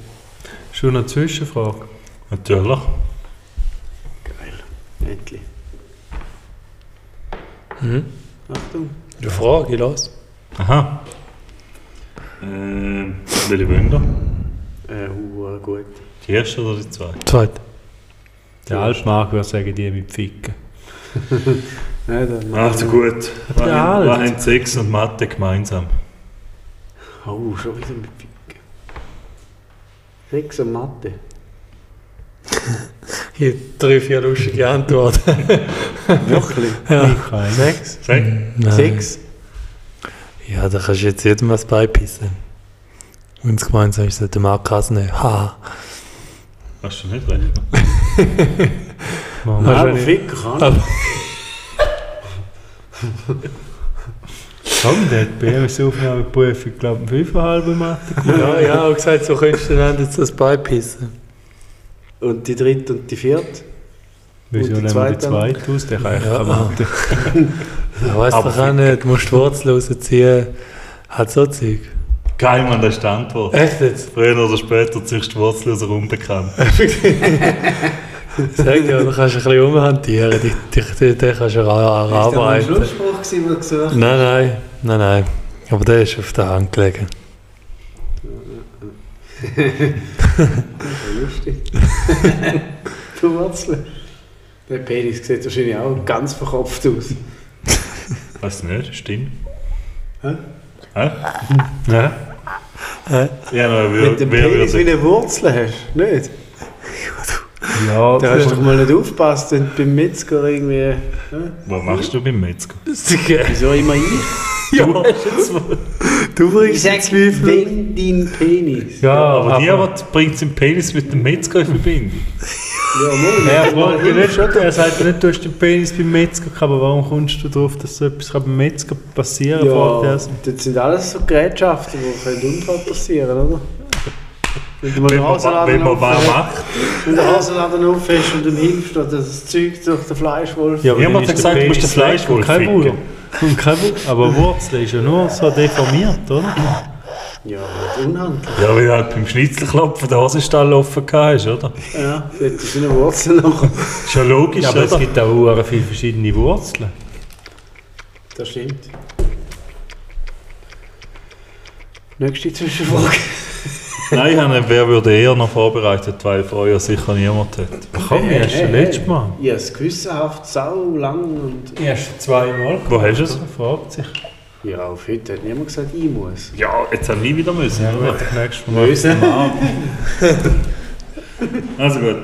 Schon eine Zwischenfrage. Natürlich. Geil. Endlich. Mhm. Achtung. eine Frage, los. Aha. Ähm, welche Wunder? Äh, uh, gut. Die erste oder die zweite? Zweit. Der Altmark würde sagen, die mit Ficken. Nein, dann Also gut. Was Der Alt. haben- was haben Sex und Mathe gemeinsam? Oh, schon wieder mit Ficken. Sex und Mathe. Hier drei, vier lustige Antworten. Wirklich? Ja. Keine. Sex? Fake? Sex? Ja, da kannst du jetzt jedem was beipissen. Wenn es gemeinsam ist, sollte man auch krass nehmen. Ha. Hast du nicht recht? Nein, aber Also Ficken Ah, kann ich. Komm, der hat bei uns Aufnahmeprüfung, glaube ich, um 5,5 im Mathe. Ja, ja, habe gesagt, so könntest du einander jetzt das beipissen. Und die dritte und die vierte? Wieso Und die nehmen wir die zweite? zweite aus? Der kann eigentlich Ja. keine Mathe. Ja, weißt Aber doch auch nicht, du musst die Wurzel rausziehen. Hat so Zeug. Geil, man, das ist die Antwort. Echt jetzt? Früher oder später ziehst du die Wurzel aus einer Unbekannten. Sag ja, du kannst ein bisschen umhantieren. Dich, dich, dich, dich kannst du auch Ist das arbeiten. ein Schlussspruch, gewesen, den du gesagt Nein, nein, nein, nein. Aber der ist auf der Hand gelegen. Ja, Lustig. du Wurzel. Der Penis sieht wahrscheinlich auch ganz verkopft aus. Weißt du nicht? Stimmt. Hä? Hä? Ja. Ja, aber Wenn wer, du wer Penis wie würde. eine Wurzel hast, nicht? ja Da hast du doch mal nicht aufgepasst und beim Metzger irgendwie... ne? Was machst du beim Metzger? Wieso immer ich? Du Ich sag, wenn dein Penis. ja, Aber aber niemand bringt seinen Penis mit dem Metzger in Verbindung. Ja, moin. er, fragt ja nicht, er sagt ja nicht, du hast den Penis beim Metzger gehabt, aber warum kommst du darauf, dass so etwas beim Metzger passieren kann? Ja, Das das sind alles so Gerätschaften, wo können Unfall passieren, oder? Wenn du mal Wenn den man, wenn Hasenladen man was aufhältst- macht. wenn du den Hasenladen auffährst und ihm hilfst, dass das Zeug durch den Fleischwolf Ja, aber dann Niemand ist der hat gesagt, du musst Penis den Fleisch weg und wohl kein ficken. Bruder. Und kein Bruder. Aber Wurzel ist ja nur so deformiert, oder? Ja, aber das unhandlich. Ja, weil du halt beim Schnitzelklopfen den Hasenstall offen gehabt hast, oder? Ja, das ist seine Wurzel noch. Ist ja logisch, Ja, aber es oder? gibt auch hure viele verschiedene Wurzeln. Das stimmt. Nächste Zwischenfrage. Nein, ich habe, wer würde eher noch vorbereitet, weil vorher sicher niemand hat. Komm, ich hast schon letztes Mal. Ja, es gewissenhaft, sau lang und... Erst zweimal. Wo hast du es? Er fragt sich. Ja, auf heute hat niemand gesagt, ich muss. Ja, jetzt haben wir wieder müssen. Ja, oder? gut, das nächste Mal. Müssen. Also gut.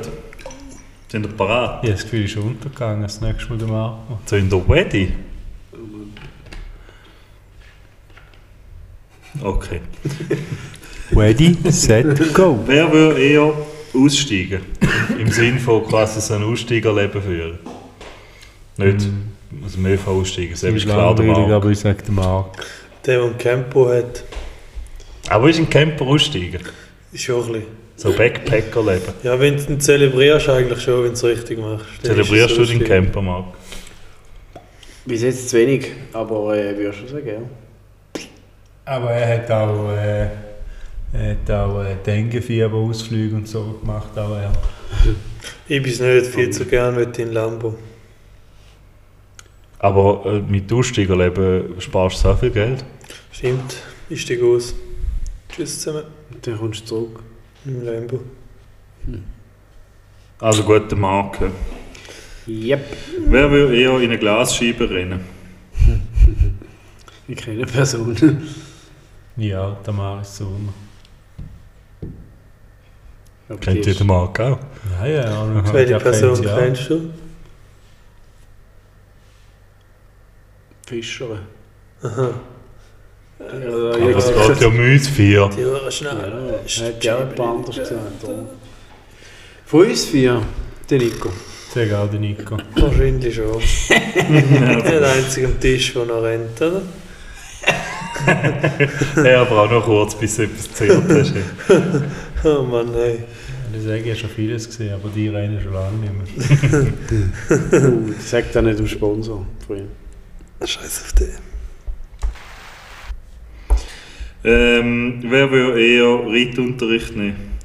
Sind wir parat? Ich habe das Gefühl, es ist untergegangen. Das nächste Mal der Marco. Sind wir ready? Okay. Ready, set, go. Wer würde eher aussteigen? Im Sinn von quasi so ein Aussteigerleben führen. Nicht aus dem ÖV aussteigen, das ist klar der Markt. aber ich sage der Marco. Der, der ein Campo hat, Aber ist ein Camper aussteigen? ist schon ein bisschen. So Backpacker-Leben. Ja, wenn du ihn zelebrierst, eigentlich schon, wenn du es richtig machst. Dann ist es Zelebrierst du so den schlimm. Camper, Marc? Bis jetzt zu wenig, aber äh, würde schon sagen, ja. Aber er hat auch, äh, er hat auch äh, Denguefieber-Ausflüge und so gemacht. Auch er. Ich bin nicht viel zu gern mit deinem Lambo. Aber äh, mit Aussteigerleben sparst du so viel Geld. Stimmt, ich steige aus. Tschüss zusammen. Und dann kommst du zurück. Im Lambo. Also gute Marke. Yep. Wer würde eher in eine Glasscheibe rennen? Ich kenne eine Person. Ja, der Maris Sommer. Aber die Kennt ihr ist- den Marc auch? Ja, ja. Welche Person kennst du? Fischere. Aha. Also, Aber es geht ja um uns vier. Die Uhr Ja, schnell. er hat ja auch jemand anders gesagt. darum. Von uns vier, der Nico. Sag auch den Nico. Wahrscheinlich schon. Der einzige am Tisch, der noch rennt, oder? Ja, aber auch noch kurz, bis du etwas gezählt hast. ey. Oh Mann, hey. Ich sage, ich habe schon vieles gesehen, aber die rennen schon lange nicht mehr. Uh, Sag das nicht dem Sponsor. von ihm. Scheiß auf den. Ähm, wer würde eher Reitunterricht nehmen?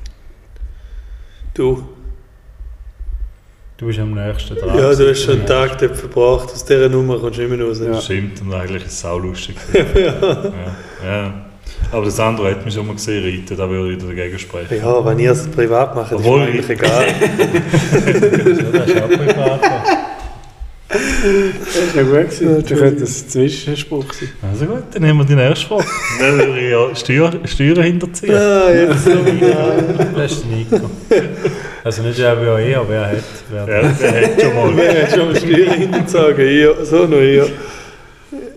Du. Du bist am nächsten dran. Ja, du hast schon einen Tag dort verbracht. Aus dieser Nummer kommst du nicht mehr raus. Ja. Stimmt, und eigentlich ist es saulustig. ja. ja. Aber das andere hat mich schon mal gesehen reiten, da würde ich dagegen sprechen. Ja, wenn ihr es privat macht, ist Obwohl- mir eigentlich egal. Das ist auch privat. Das ist ja gut gewesen. Da könnte ein Zwischenspruch sein. Also gut, dann nehmen wir die nächste Frage. Dann würde ich ja Steuer, Steuern hinterziehen. ah, jetzt noch egal. Das ist der Nico. Also nicht der, wer eh, aber wer hat. Wer Ja, der hat schon mal. Wer hat schon mal Steuer hinterzogen? Ja, so noch ja.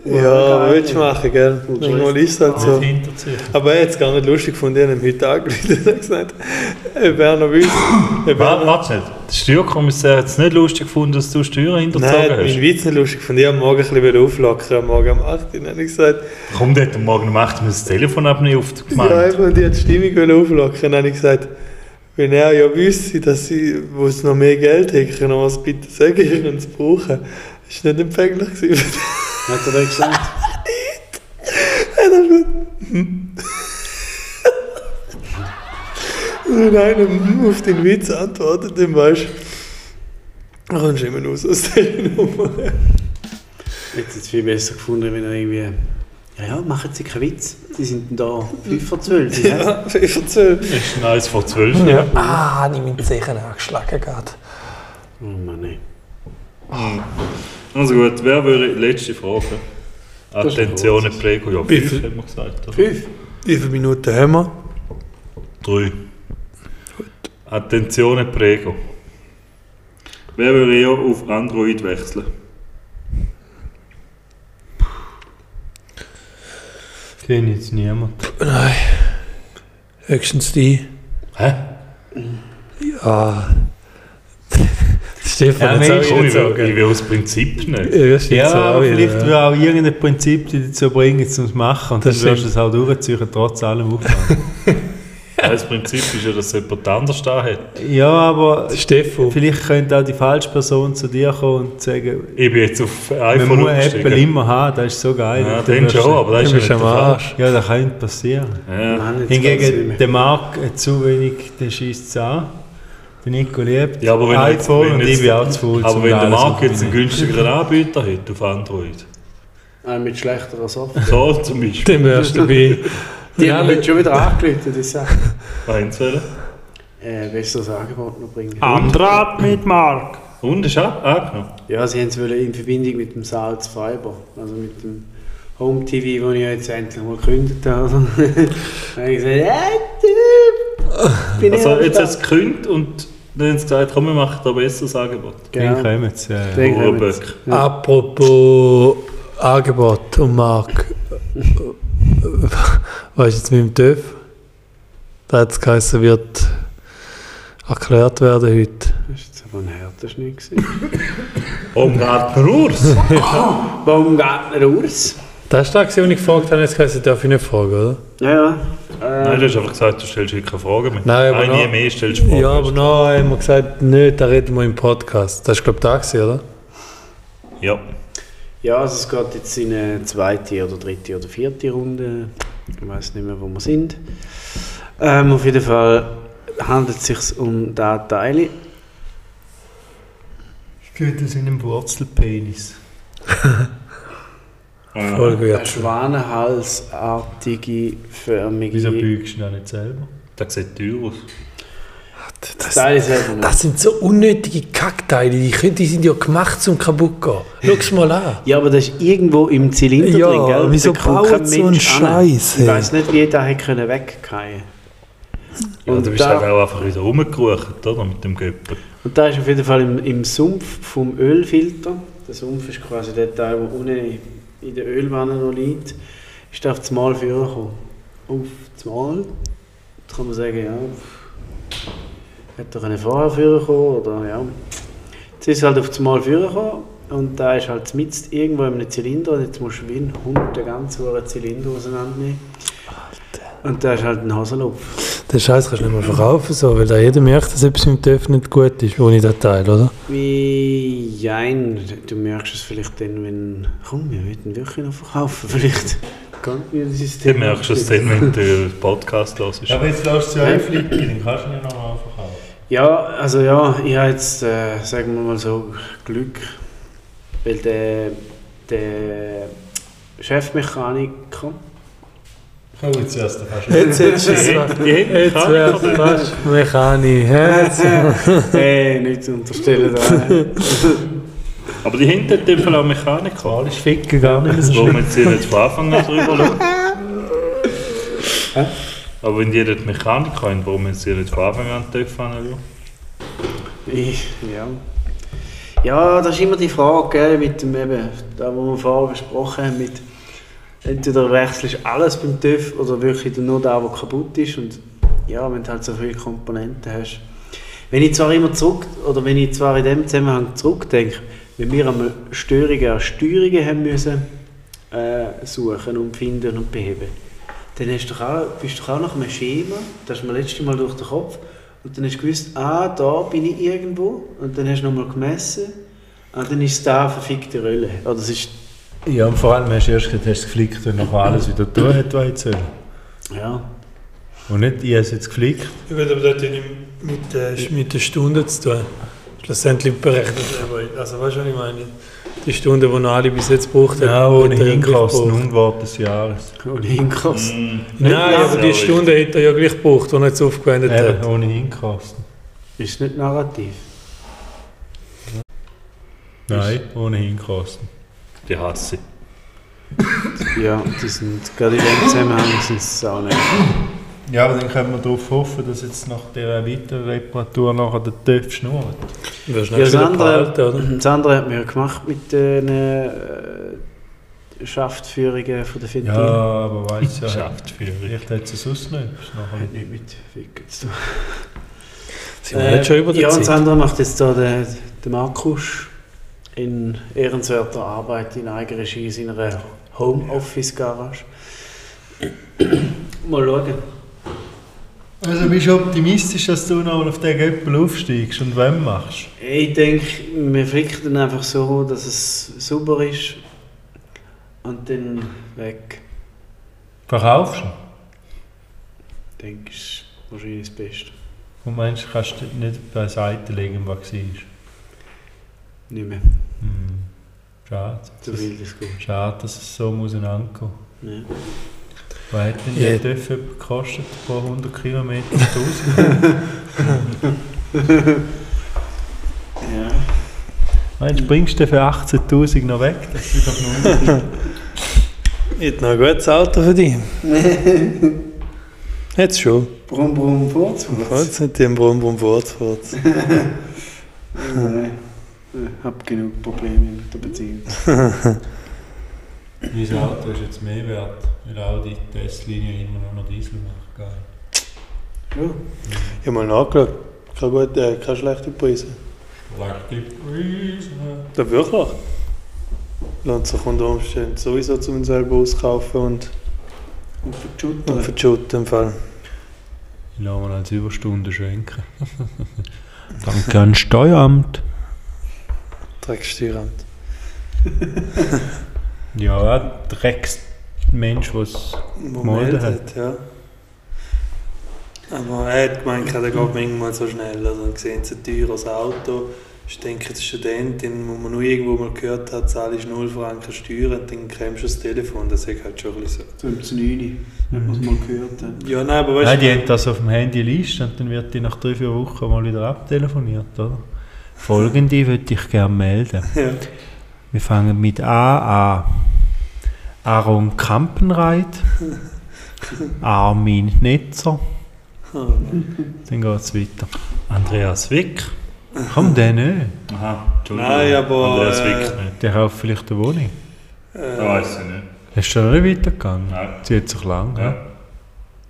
Ja, willst du machen, gell? Manchmal ist es Ah, halt so. hat hinter sich. Aber er hat es gar nicht lustig gefunden, ich habe ihm heute angerufen und gesagt, ob er noch will. ob er Warte, warte nicht. Der Steuerkommissär hat es nicht lustig gefunden, dass du Steuern Nein, hinterzogen mein hast. Witz nicht lustig gefunden. Ich habe am Morgen ein bisschen auflockern, am Morgen um 8 Uhr. Dann habe ich gesagt, Komm, der hat am Morgen um 8 Uhr das Telefon abnehmen auf die ja, Gemeinde. einfach, die hat die Stimmung wollen auflockern. Dann habe ich gesagt, wenn er ja wüsste, dass sie, wo es noch mehr Geld hätte, können wir es bitte sagen und es brauchen. Ist nicht empfänglich gewesen. Hat er das gesagt? Wenn einer «Hm» auf den Witz antwortet, dann weißt du, dann kommst du immer raus aus der Nummer. Ich hätte es viel besser gefunden, wenn er irgendwie. Ja, ja, machen Sie keinen Witz. Sie sind da 5 vor 12. Ja. Ja, ich erzähl. Ist ein Eis vor 12. Ja. Ah, habe ich meinen Zehen angeschlagen gerade. Oh Mann, ey. Also gut, wer würde letzte Frage? ist ein Attenzione Prego, ja, Wie 5 viel- hat man gesagt. oder? 5? Wie viele Minuten haben wir? Drei. Attenzione Prego. Wer würde eher auf Android wechseln? Den jetzt niemand. Nein. Höchstens die. Hä? Ja. Stefan, Ja, jetzt Mensch, auch Komm, wieder ich will, ich sagen. will das Prinzip nicht. Ja, das stimmt Ja, so auch aber wieder, vielleicht ja. würde auch irgendein Prinzip dich dazu bringen, um es zu machen. Und Das dann wirst du stimmt. es auch halt durchziehen, trotz allem Aufwand. Das Prinzip ist ja, dass jemand anders da hat. ja, aber Stefan. vielleicht könnte auch die falsche Person zu dir kommen und sagen, Ich bin jetzt auf man iPhone muss Apple immer haben, das ist so geil. Ja, Und dann den wirst du- schon, aber das ist Du ja bist nicht der am Fall. Arsch. Ja, das könnte passieren. Ja. Mann, jetzt geht's nicht Hingegen mehr. der Marc hat zu wenig, der schießt es an. Der Nico liebt Ja, aber wenn du jetzt- iPhone wenn und jetzt- ich bin auch zu faul, Aber zum wenn der alles Markt jetzt einen aufzunehmen. günstigeren Anbieter hat auf Android. Ah, mit schlechterer Software. So zum Beispiel. Dann wärst du dabei. Die haben mich schon wieder angeläutet, ich sage. Eins wählen. Äh, besseres Angebot noch bringen. Ah, Andrat mit Mark. Und ist ab, angenommen. Ja, sie haben es wollen in Verbindung mit dem Salz Fiber, also mit dem Home TV, wo ich ja jetzt endlich mal gekündigt habe. Dann habe ich gesagt, hey, Typ! Bin ich Also am jetzt hat Start. es gekündigt und dann haben sie gesagt, komm, wir machen da ein besseres Angebot. Dann Genau. kommen sie. Äh, Dann kommen Ruhrböck. sie. Apropos Angebot und Marc. Was ist jetzt mit dem TÜV? Da hat es geheißen, wird erklärt werden heute. Das war jetzt aber ein härter Schnitt. gewesen. Baumgartner Urs. Baumgartner Urs. Das ist das, was ich gefragt habe, jetzt geheißen, darf ich nicht fragen, oder? Ja, Nein, ja. du Äh, hast einfach gesagt, du stellst heute keine Fragen mehr. Nein, aber Eine noch- mehr stellst du Fragen. Ja, aber noch haben wir gesagt, nicht, da reden wir im Podcast. Das ist, glaube ich, da gewesen, oder? Ja. ja, also es geht jetzt in eine zweite oder dritte oder vierte Runde. Ich weiß nicht mehr, wo wir sind. Ähm, auf jeden Fall handelt es sich um diesen Teil. Steht das in einem Wurzelpenis? Voll Ah, Eine gut. schwanenhalsartige, förmige... Wieso bügst du ihn auch nicht selber? das sieht teuer aus. Das, Teil ist selber nicht. das sind so unnötige Kackteile, die, können- die sind ja gemacht zum kaputt gehen. Schau's mal an. Ja, aber das ist irgendwo im Zylinder Ja, drin, gell? wieso Da kann baut kein so einen Mensch an. Scheiß, Ich ey? weiß nicht, wie der hätte können wegfallen Ja, und, du bist halt da, auch einfach wieder rumgerucht, oder? Mit dem Göppel. und da ist auf jeden Fall im, im Sumpf vom Ölfilter. Der Sumpf ist quasi der Teil, der unten in der Ölwanne noch liegt, ist der auf das Mal führen gekommen. Auf das Mal. Jetzt kann man sagen, ja, pff, hätte er können vorher führen können oder ja. Jetzt ist er halt auf das Mal führen gekommen und da ist halt mitten irgendwo in einem Zylinder und jetzt musst du wie ein Hund den ganzen hohen Zylinder auseinandernehmen. Und da ist halt ein Haselopf. Den Scheiß kannst du nicht mehr verkaufen, so, weil da jeder merkt, dass etwas im TÜV nicht gut ist, ohne den Teil, oder? Wie, jein, du merkst es vielleicht dann, wenn, komm, wir wollten wirklich noch verkaufen, vielleicht. Kommt mir das Du System. merkst es dann, wenn du den äh, Podcast hörst. Aber jetzt lässt du einfliegen, dann kannst du ihn ja nochmal verkaufen. Ja, also ja, ich habe jetzt, äh, sagen wir mal so, Glück, weil der, der Chefmechaniker, Komm jetzt zuerst, dann kannst du Jetzt hättest du es Jetzt wär's fast Mechanik. hä? hey, nicht zu unterstellen, da. Aber die hinten hat in dem Fall auch Mechaniker. Alles ficken, gar nicht so. Warum jetzt hier nicht von Anfang an drüber schauen? Aber wenn die nicht Mechaniker haben, warum jetzt hier nicht von Anfang an dürfen schauen? Ich, ja. Ja, das ist immer die Frage, gell, mit dem eben, da wo wir vorher besprochen haben, mit entweder wechselst du alles beim TÜV oder wirklich nur da, wo kaputt ist und ja, wenn du halt so viele Komponenten hast. Wenn ich zwar immer zurück, oder wenn ich zwar in dem Zusammenhang zurückdenke, wenn wir einmal Störungen an Steuerungen haben müssen, äh, suchen und finden und beheben, dann hast du doch auch, bist du doch auch nach einem Schema, das ist mir letztes Mal durch den Kopf, und dann hast du gewusst, ah, da bin ich irgendwo. Und dann hast du nochmal gemessen. Und dann ist es da eine verfickte Rölle. Oder es ist, Ja, und vor allem hast du erst hast geflickt und nachher alles wieder tun hat, was jetzt soll. ja. Und nicht, ich habe es jetzt geflickt. Ich würde aber das nicht mit, äh, mit der Stunde zu tun. Schlussendlich berechnet er, also weißt du, was ich meine? Die Stunde, die noch alle bis jetzt gebraucht haben, Ja, hat ohne er ne? eigentlich Hinkosten, gebraucht. Unwort des Jahres. Und Hinkost. Nein, Nicht aber die lange. Stunde hätte er ja gleich gebraucht, die er jetzt aufgewendet Eben, hat. ohne Hinkosten. Ist nicht narrativ. Nein, ohne Hinkosten. Die hasse ich. Ja, die sind gerade in dem Zusammenhang sind sie auch nicht. Ja, aber dann können wir darauf hoffen, dass jetzt nach dieser weiteren Reparatur nachher der TÜV schnurrt. Du wirst Ja, nicht das, wieder andere, behalten, oder? das andere hat man ja gemacht mit den äh, Schaftführungen von der Ja, Ventil. aber weißt du, ja, Schafft für vielleicht hat es sonst nicht. Ist nachher Nicht mit Ficken zu tun. Sind wir nicht schon über der ja, und das Zeit? andere macht jetzt da der, der Markus in ehrenswerter Arbeit in Eigenregie in seiner Homeoffice-Garage. Mal schauen. Also bist du optimistisch, dass du noch auf den Göppel aufsteigst und wem machst? Ich denke, wir flicken dann einfach so, dass es sauber ist und dann weg. Verkaufst du? ihn? Denke ich, ist wahrscheinlich das Beste. Und meinst du, kannst du ihn nicht beiseite legen, was war? Hm. Nicht mehr, Schade. so viel das gut. Schade, dass es so auseinandergeht. Ja. Was hat denn Ja. der TÜV etwa gekostet? Pro 100 Kilometer? 1000? Ja. Meinst du, bringst du den für 18'000 noch weg? Das ist doch nur... Hätte noch ein gutes Auto für dich. Jetzt schon. Brumm, brumm, Vorzug. Jetzt mit dem Brumm, Brumm, Wurzwurz. Nein, ich habe genug Probleme mit der Beziehung. Mein Auto ist jetzt mehr wert, weil auch die S-Linie immer nur noch Diesel macht. Geil. Ja. Ich habe mal nachgeschaut. Keine, gut, äh, keine schlechte Preise. Schlechte Preise. Da wirklich? Lohnt sich unter Umständen sowieso zum selber auskaufen und, Und für die Schutter. und verschütten im Fall. Ich lasse mir als Überstunde schwenken. Danke an Steueramt. Drecksteueramt. Ja, ein Drecksmensch, was. Wo Gemälde meldet, hat. ja. Aber er hat gemeint, der geht manchmal so schnell. Also dann sehen sie ein teures Auto, ich denke, der Student, den wo man nur irgendwo mal gehört hat, zahle ich 0 Franken Steuern, dann kriegst du das Telefon, das ist halt schon ein bisschen So im Znüni, wenn man es mal gehört hat. so. Ja, nein, aber Nein, weißt die haben das auf dem Handy Liste und dann wird die nach drei, vier Wochen mal wieder abtelefoniert, oder? Folgende würde ich gerne melden. du, ja. Wir fangen mit A an. Aaron Kampenreit, Armin Netzer, Ah. dann geht es weiter. Andreas Wick. Komm, der nicht. Aha, Entschuldigung. Nein, aber, Andreas äh, Wick nicht. Der kauft vielleicht eine Wohnung. Das weiß ich nicht. Es ist schon noch nicht weitergegangen. Nein. Zieht sich lang. Ja. Ja.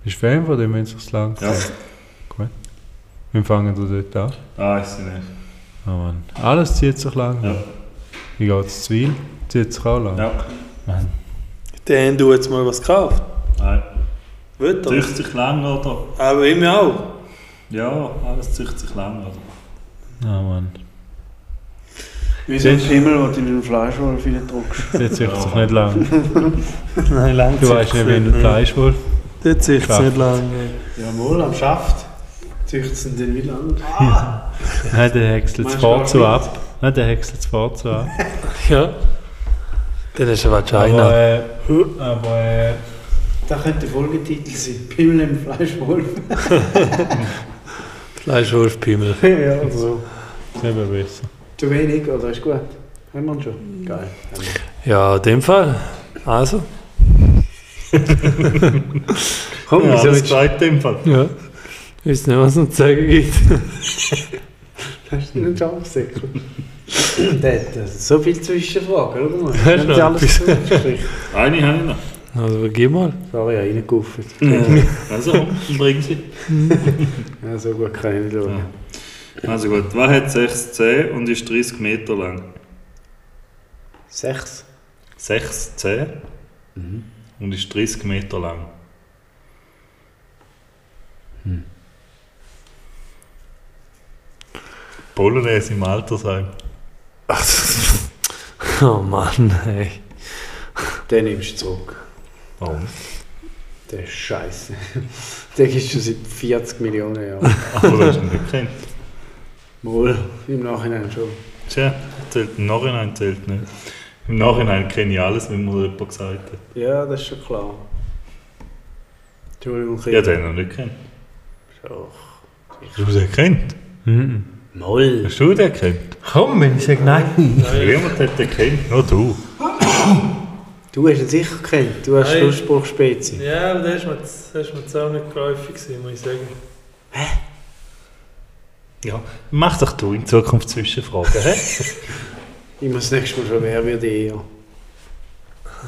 Ist Fan von dem, wenn es sich lang Ja. zieht? Wir fangen da dort an. Das Ah, weiß ich nicht. Oh Mann. Alles zieht sich lang. Ja. Wie geht es zu Wiel? Zieht sich auch lang. Ja. Der haben du jetzt mal was gekauft. Nein. Wird er? Zieht sich lang, oder? Aber ihm auch. Ja, alles zieht sich lang, oder? Oh Mann. Wie so ein Schimmel, wo du in den Fleischwolf reindrückst. Zieht sich doch nicht lang. Nein, lang Du weißt nicht, wenn du Fleischwolf. Dort sieht es Klar. nicht lange. Jawohl, am Schaft. Züchtet es ihn dann wieder an. Nein, der häckselt das Meinst du auch Fahrt so nicht? ab. Nein, der häckselt das Fahrt so ab. Ja. Dann ist aber Aber, China. äh, aber äh, Das könnte der Folgetitel sein. Pimmel im Fleischwolf. Fleischwolfpimmel. ja, oder Also. so. ist eben besser. Zu wenig, oder ist gut? Haben wir ihn schon? Geil. Haben wir. Ja, in dem Fall. Also. Komm, Ja, ja, alles ich klar in dem Fall. Ja. Ich weiß nicht, was es noch zu sagen gibt. Hast du den Schamsäckel? Der hat äh, so viel Zwischenfragen, schau mal. Hast du noch alles zugesprochen? Eine habe ich noch. Also, geh mal. Sorry, ja, reingeguffert. Also, komm, bring sie. Ja, so gut kann ich nicht schauen. Also gut, was hat 6 Zehen und ist 30 Meter lang? Sechs. 6 Zehen Mhm. und ist 30 Meter lang. Polonaise im Altersheim. Oh Mann, ey. Den nimmst du zurück. Warum? Der ist scheiße. Der gibt schon seit 40 Millionen Jahren. Aber du hast ihn nicht kennt. Wohl, im Nachhinein schon. Tja, zählt im Nachhinein zählt nicht. Im Nachhinein kenne ich alles, wenn mir jemand gesagt hat. Ja, das ist schon klar. Entschuldigung, Kind. Ja, den noch nicht kennt. Doch. Hast du den kennt? Mhm. Moll. Hast du den kennt? Komm, wenn ich sage nein. Niemand hat den kennt, nur du. Du hast ihn sicher gekannt. Du hast Nein. Schlussspruchspezi. Ja, aber das war mir jetzt auch nicht geläufig, gewesen, muss ich sagen. Ja, mach doch du in Zukunft Zwischenfragen, hä? Ich muss das nächste Mal schon wer wird eher.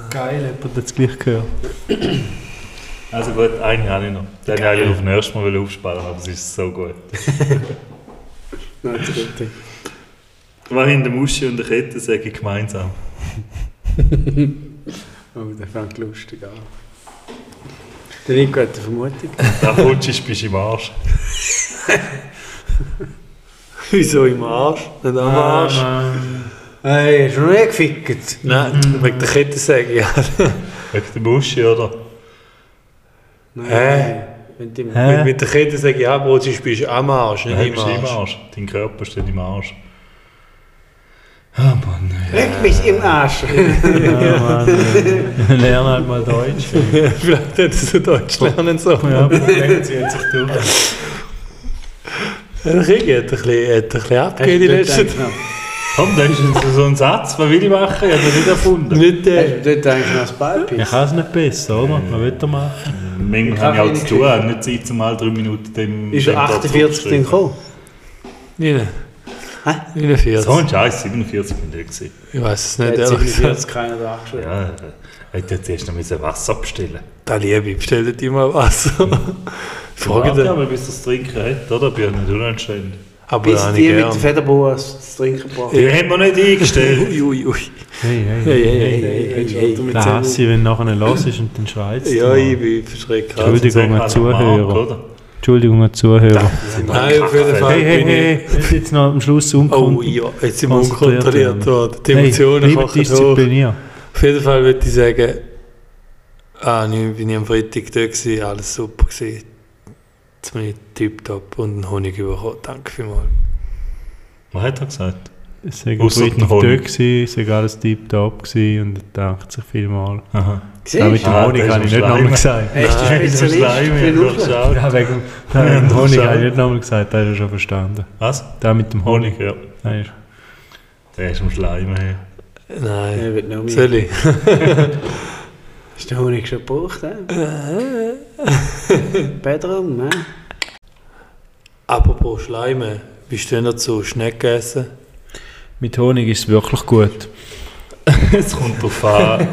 Geil, jemand hat es gleich gehört. Also gut, eine habe ich noch. Den wollte ich eigentlich auf den ersten Mal aufsparen, aber es ist so gut. Nein, das ist gut. Was in der Muschi und der Kette sage ich gemeinsam. Oh, der fängt lustig an. Der Nico hat eine Vermutung. Da futschst, bist du im Arsch. Wieso im Arsch? Nicht am Arsch? Hey, hast du noch nie gefickt? Nein, wegen der Kette sage ich ja. Wegen der Muschi, oder? Nein. Hä? Wenn du Hä? Mit, mit der Kette sage ich ja, Bro, du bist am Arsch, nicht Nein, im bist du im Arsch. Arsch. Dein Körper steht im Arsch. Ah, Mann, ey. Leck mich im Arsch. Ja, Mann. ey. Lern halt mal Deutsch. Vielleicht hättest du Deutsch lernen sollen. Ja, aber denkt sie hat sich durch. Der Krieg hat ein bisschen, hat ein bisschen abgegeben Hast du die letzten dort eigentlich Komm, das ist jetzt so ein Satz. Was will ich machen? Ich habe ihn nicht erfunden. Nicht äh, noch- Hast der. du dort eigentlich noch das Ballpiss? Ich kann es nicht besser, oder? Was will er machen? Manchmal kann habe ich auch zu wenig tun. habe Nicht Zeit, zumal drei Minuten dem. Ist dem er da 48 dann zurückzuschreiben. gekommen? Nein. Hä? 49. So ein Scheiß, 47 bin ich. gewesen. Ich weiß es Der nicht, hat ehrlich gesagt. 47 keiner da angeschrieben. Ja, äh, hätte jetzt erst noch müssen Wasser bestellen Da liebe ich, bestell dir mal Wasser. Frage Warte dir. aber, bis das Trinken hat, oder? Bin ich nicht unanständig. Aber Bis auch nicht die mit dem gern. Federboas zu trinken brauchen. Den haben wir nicht eingestellt. Ui, ui, ui. Hey, hey, Also Hey, hey, hey, hey, hey. Du mit Da hasse seinem- ich, wenn du nachher los ist und dann schreit Ja, ich bin verschreckt. Entschuldigung. Sagen wir an Mark, Zuhörer. halt oder? Entschuldigung, an die Zuhörer. Nein, auf jeden Fall. Hey, hey, bin ich- hey, wenn du jetzt noch am Schluss Oh umkommst. ja, jetzt sind wir Konzentriert unkontrolliert werden. worden. Die hey, Emotionen bleib kochen hoch. diszipliniert. Auf jeden Fall würde ich sagen, ah, ich bin ich am Freitag da, gewesen, alles super. Gewesen. Jetzt bin ich tipptopp und einen Honig bekommen. Danke vielmals. Was hat er gesagt? Es sei Ausser richtig den da Honig. gewesen, es sei alles tiptop gewesen und er dankt sich vielmal. Aha. Da mit Siehst du? dem Ah, Honig habe ich das ist ein nicht nochmal Schleimer. Hast gesagt. du Nein, Hey, das ist Spezialist für Schleim, den Ah, ich Nuschler? schaut. Ja, wegen da mit dem Honig habe ich nicht nochmal gesagt, das hast du schon verstanden. Was? Da mit dem Honig. Honig, ja. Das ist- Der ist am Schleim, hey. Nein. Er wird noch mehr. Soll ich? Ist der Honig schon gebraucht? hä? Bedroom, ne? Apropos Schleime, wie stehen dazu Schnecken essen? Mit Honig ist es wirklich gut. Es kommt drauf an.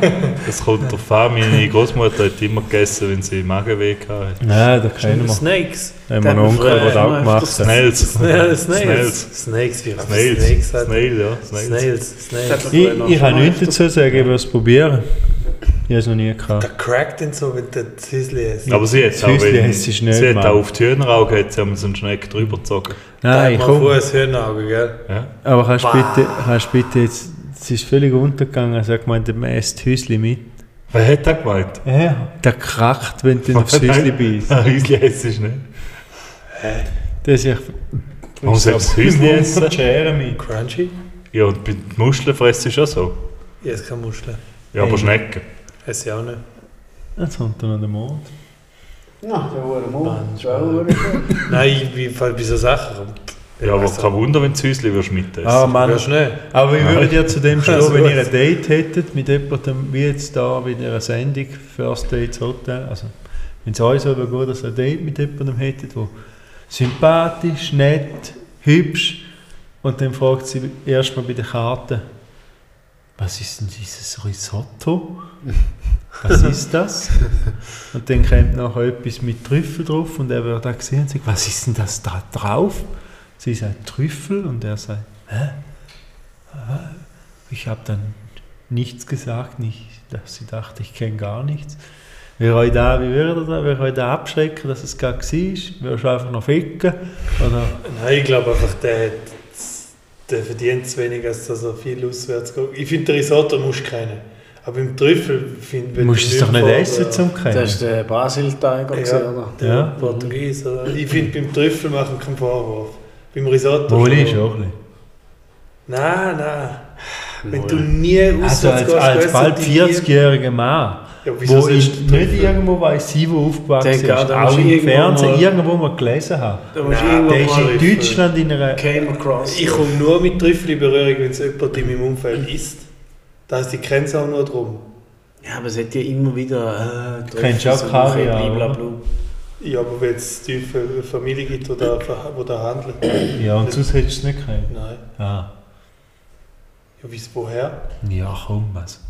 Es kommt drauf an. Meine Großmutter hat immer gegessen, wenn sie Magenweh hatte. Nein, da kennen wir. Snakes. Da haben wir einen Onkel, der das auch gemacht hat. Snails. Snails. Snails. Snails. Snakes. wie heißt Snails. Snakes. halt. Snails, ja. Snails. Snails. Snails. hat Ich, ich kann nichts dazu sagen, ich würde es probieren. Ich habe es noch nie Da gehabt. crackt ihn so, wenn der Zizzli ist. Aber sie hat Das auch, Häuschen wenn, heisst sie sie schnell, hat Mann. auch auf die Hühneraugen hat sie einmal so einen Schneck drüber gezogen. Nein, komm. Fuß, Hühnerauge, gell? Ja. Aber kannst du Bah. bitte, kannst du bitte jetzt, es ist völlig untergegangen, also ich meinte, man isst Häusli mit. Wer hat das gemeint? Ja. Der kracht, wenn du aufs Häusli beißt. Ein Häusli essen ist nicht. Das ist echt... Warum sollst du das Häusli essen? Jeremy. Crunchy? Ja, und bei den Muscheln fressen ist auch so. Ich esse keine Muscheln. Ja, aber Nein. Schnecken. Esse ich auch nicht. Jetzt kommt dann noch der Mond. Nein, der war Mann, Mond. Der war schön. Nein, ich bin bei so Sachen. Also, Ja, aber kein Wunder, wenn du das Häusli würdest mitessen Ah, Mann. Mann. Hörst du nicht? Aber ich Nein. würde ja zu dem stehen, Also wenn gut. ihr ein Date hättet mit jemandem, wie jetzt da bei einer Sendung, First Dates Hotel, also wenn es euch so gut dass ihr ein Date mit jemandem hättet, der sympathisch, nett, hübsch und dann fragt sie erstmal bei der Karte, was ist denn dieses Risotto? Was ist das? Und dann kommt nachher etwas mit Trüffel drauf und er wird da gesehen und sagt, was ist denn das da drauf? Sie sagt Trüffel und er sagt, ich habe dann nichts gesagt, nicht, dass sie dachte, ich kenne gar nichts. Wäre euch da, wie würde da, wäre euch da abschrecken, dass es gar war? Wärst du einfach noch ficken? Oder? Nein, ich glaube einfach, der, hat, der verdient zu wenig, als dass er viel auswärts geht. Ich finde, der Risotto musst du keinen. Aber im Trüffel finde Du musst es doch nicht essen zum Das Kennen. ist der Brasil-Tiger, gewesen, Ja. oder? Der Ja. Portugies, oder? Ich finde, beim Trüffel machen keinen Vorwurf. Beim Risotto. Wohl schon. ist auch ein bisschen. Nein, nein. Wenn du nie auswärts Also als, gehst, als essen bald die nie- 40-jähriger Mann, Ja, wieso wo ich sollst du nicht Trüffel? irgendwo weiß, sie wo aufgewachsen Denk ist, an, da musst auch du im irgendwo Fernsehen, mal- irgendwo mal gelesen habe. Da musst du Nein, irgendwo Der ist mal- in Deutschland in einer... Came across. Ich komme nur mit Trüffel in Berührung, wenn es jemand in meinem Umfeld isst. Da heißt, ich kenne es auch nur drum. Ja, aber es hat ja immer wieder. Äh, Du kennst ja auch Trüffelsuche, Kaviar, blablabla. Ja, aber wenn es die Fa- Familie gibt, die da, verha- die da handelt. Ja, und sonst hättest du es nicht können. Nein. Ah. Ja, wieso woher? Ja, komm, was.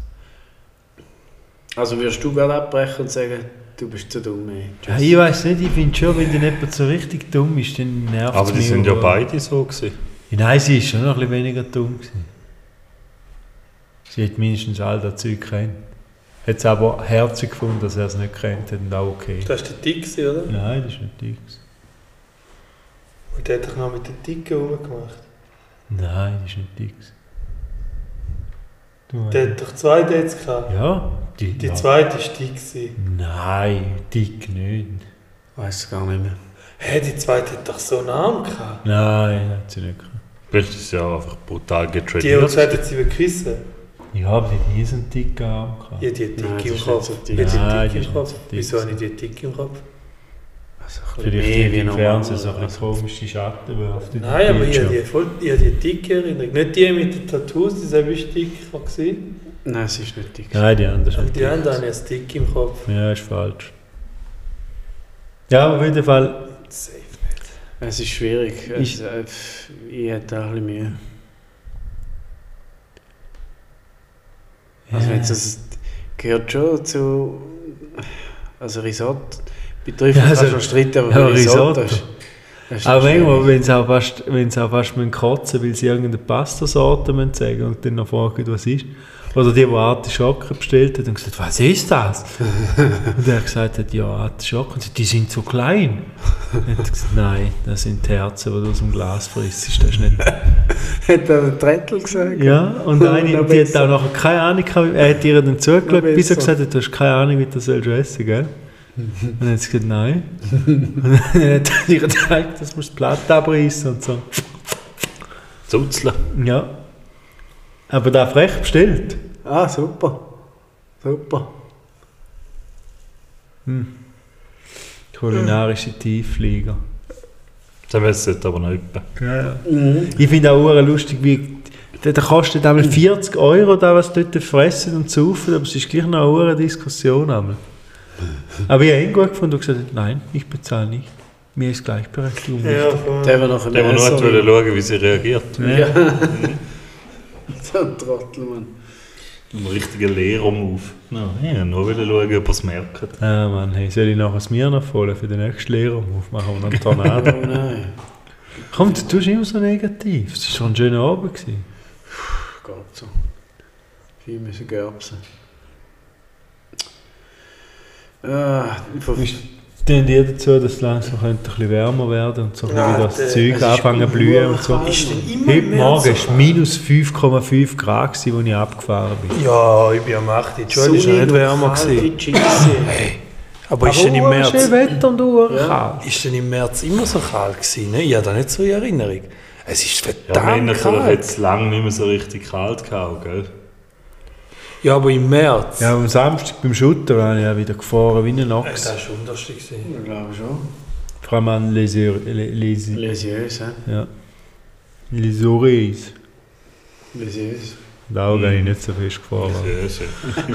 Also würdest du gerade abbrechen und sagen, du bist zu dumm. Ey. Ja, ich weiß nicht, ich finde schon, wenn dann jemand so richtig dumm ist, dann nervt Aber die mich. sind ja beide so gewesen. Ja, Nein, sie ist schon noch ein bisschen weniger dumm. Gewesen. Sie hat mindestens all das Zeug gekannt. Hat es aber herzig gefunden, dass er es nicht kennt hat und auch okay. Das war der Dicke, oder? Nein, das ist nicht die. gewesen. Und der hat doch noch mit den Dicken rumgemacht. Nein, das ist nicht die. gewesen. Du äh, Der hat doch zwei Dates gehabt. ja, die, Die ja. zweite war die. gewesen. Nein, dick nicht. Weiß es gar nicht mehr. Hä, die zweite hat doch so einen Arm gehabt. Nein, hat sie nicht gekannt. Vielleicht ist sie ja einfach brutal Die, die getrainiert. zweite hat sie geküssen. Ja, aber sie hat nie so einen dicken Arm gehabt. Ja, die hat Nein, das Dicke ist im nicht Kopf. so Die dick. Nein, hat die ist die Dicke im nicht Kopf. so dick. Wieso habe ich die Dicke im Kopf? Also ein bisschen Vielleicht mehr hat wie im normal, Fernsehen so oder? ein komische Schatten wirft. in Nein, den aber ich habe Bildschirm. die, voll- ich habe die dicke Erinnerung. Nicht die mit den Tattoos, die selbe ist dick war. gewesen. Nein, es ist nicht dick. Nein, die andere. Und die anderen habe ich als dick im Kopf. Ja, ist falsch. Ja, auf jeden Fall. Safe. Es ist schwierig. Ich- Ich, äh, pff, ich hätte auch ein bisschen Mühe. Also Ja. jetzt, das gehört schon zu. Also Risotto. Betrifft Ja, ja, also, also- kannst du streiten, aber ja, Risotto. Risotto. ist- das ist Aber schwierig. manchmal, wenn sie auch fast, wenn sie auch fast müssen kotzen weil sie irgendeine Pastasorte müssen sagen und dann noch fragen, was ist. Oder die, die Artischocken bestellt hat und gesagt was ist das? und er gesagt hat, ja, Artischocken, Und sie, die sind so klein. Und hat gesagt, nein, das sind die Herzen, die du aus dem Glas frisst. Das ist nicht Hat er einen Trettel gesagt? Ja, und eine, Noch die hat besser. auch noch keine Ahnung gehabt, er hat ihr dann Noch zugeschaut, bis besser. er gesagt hat, du hast keine Ahnung, wie du das sollst essen, gell? Und dann hat sie gesagt, nein. Und dann hat er ihr gesagt, das musst du die Platte abreißen und so. Zuzeln. Ja. Aber da frech bestellt. Ah, super. Super. Kulinarische Tiefflieger. Das wissen jetzt aber noch jemand. Ich finde auch hure lustig, wie der der kostet einmal 40 Euro, da was dort fressen und saufen, aber es ist gleich noch eine hure Diskussion einmal. Aber ich habe ihn gut gefunden und gesagt, habe, nein, ich bezahle nicht. Mir ist um Gleichberechtigung Ja, wichtig. voll. Der war noch ein Der, der nur Messer- hat wollen schauen, wie sie reagiert. Ja. so ein Ne? Trottel, Mann. Ein richtiger Lehrermove. No, ja, nur wieder schauen, ob er es merkt. Ah, Mann, hey, soll ich nachher das Mir nachholen für den nächsten Lehrer? Machen wir noch einen Tornado. Oh nein. Komm, du tust immer so negativ. Es war schon ein schöner Abend. Gewesen. Geht so. Viel müssen gerbsen. Ah, von, Dann die dazu, dass es langsam könnte ein bisschen wärmer werden und so ein bisschen Nein, das der- es Zeug ist anfangen zu blühen und so. urkalt. Ist denn Heute Morgen war minus 5,5 Grad, gewesen, als ich abgefahren bin. Ja, ich bin am 8. Die Schule war Sonnig nicht und wärmer. kalt, Gewesen. die Scheisse. Aber ist denn im schön März, Wetter und Uhr. ist denn im März immer so kalt gewesen? Ne? Ich habe da nicht so in Erinnerung. Es ist Ja, wir haben verdammt natürlich kalt. jetzt lange nicht mehr so richtig kalt gehabt, gell? Ja, aber im März. Äh, Ja, am Samstag beim Schutter war ich auch wieder gefahren wie ein Ochs. war unterste. gewesen. Ich glaube schon. Vor allem an Les, Ur- Le- Les, Lesiös, hä? ja. Les Oreilles. Lesiös. Da Mhm. bin ich nicht so fest gefahren. Sehr eh schön.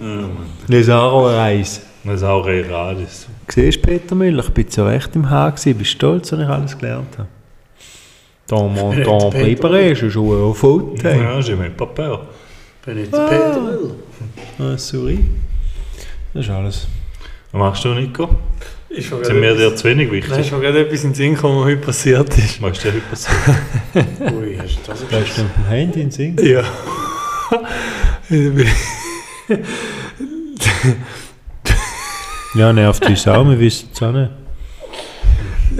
ja, Mann. Les Aroreis. Das ist auch eher gratis. Siehst du, Peter Müller, ich bin zu Recht im Haar gewesen. Ich bin stolz, dass ich alles gelernt habe. Ton, mon, ton, Peter. préparé, je joue au foot. hey. Ja, j'ai même pas peur. Bin nicht der Peter Müller. Ah, sorry. Das ist alles. Was machst du, Nico? Ist mir Sind gerade mir etwas- dir zu wenig Nein, ist wichtig? mir gerade etwas in den Sinn gekommen, was heute passiert ist. Machst du dir etwas? sagen? Ui, hast du das Das ist mit dem Handy in Sinn. Ja. Ja, nervt uns auch, wir wissen es auch nicht.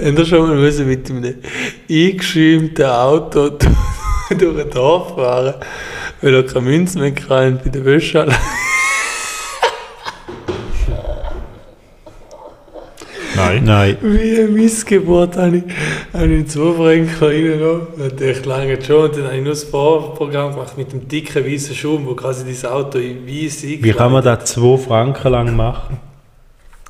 Habt ihr schon mal müssen mit einem eingeschirmten Auto durch ein Dorf fahren, weil er keine Münzen mehr kann bei der Wäsche Nein. Nein. Wie ein Missgeburt habe ich, habe ich zwei Franken reingenommen. Und ich lange schon. Und dann habe ich nur das Fahrprogramm gemacht mit dem dicken weißen Schaum, wo quasi dein Auto in weiß Wie kann man das zwei Franken lang machen?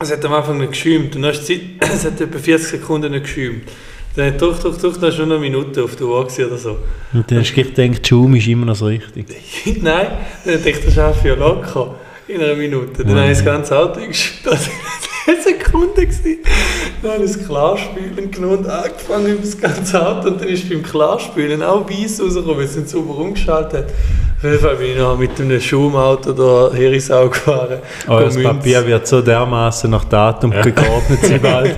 Es hat am Anfang nicht geschäumt. Und dann ist die Zeit, es hat etwa 40 Sekunden nicht geschäumt. Dann hat durch, durch, durch, dann ist nur noch eine Minute auf der Uhr gewesen oder so. Und dann hast du gedacht, Schaum ist immer noch so richtig. Nein, dann dachte ich, das schaffe ich ja locker in einer Minute. Dann habe ich das ganze Auto geschüttet. Das war eine Sekunde. gewesen. Dann habe ich das Klarspülen genommen und angefangen über das ganze Auto. Und dann ist beim Klarspülen auch weiß rausgekommen, weil es nicht sauber umgeschaltet hat. Auf jeden Fall bin ich noch mit einem Schaumauto da Herisau gefahren. Euer Go Münz. Papier wird so dermaßen nach Datum geordnet sein bald.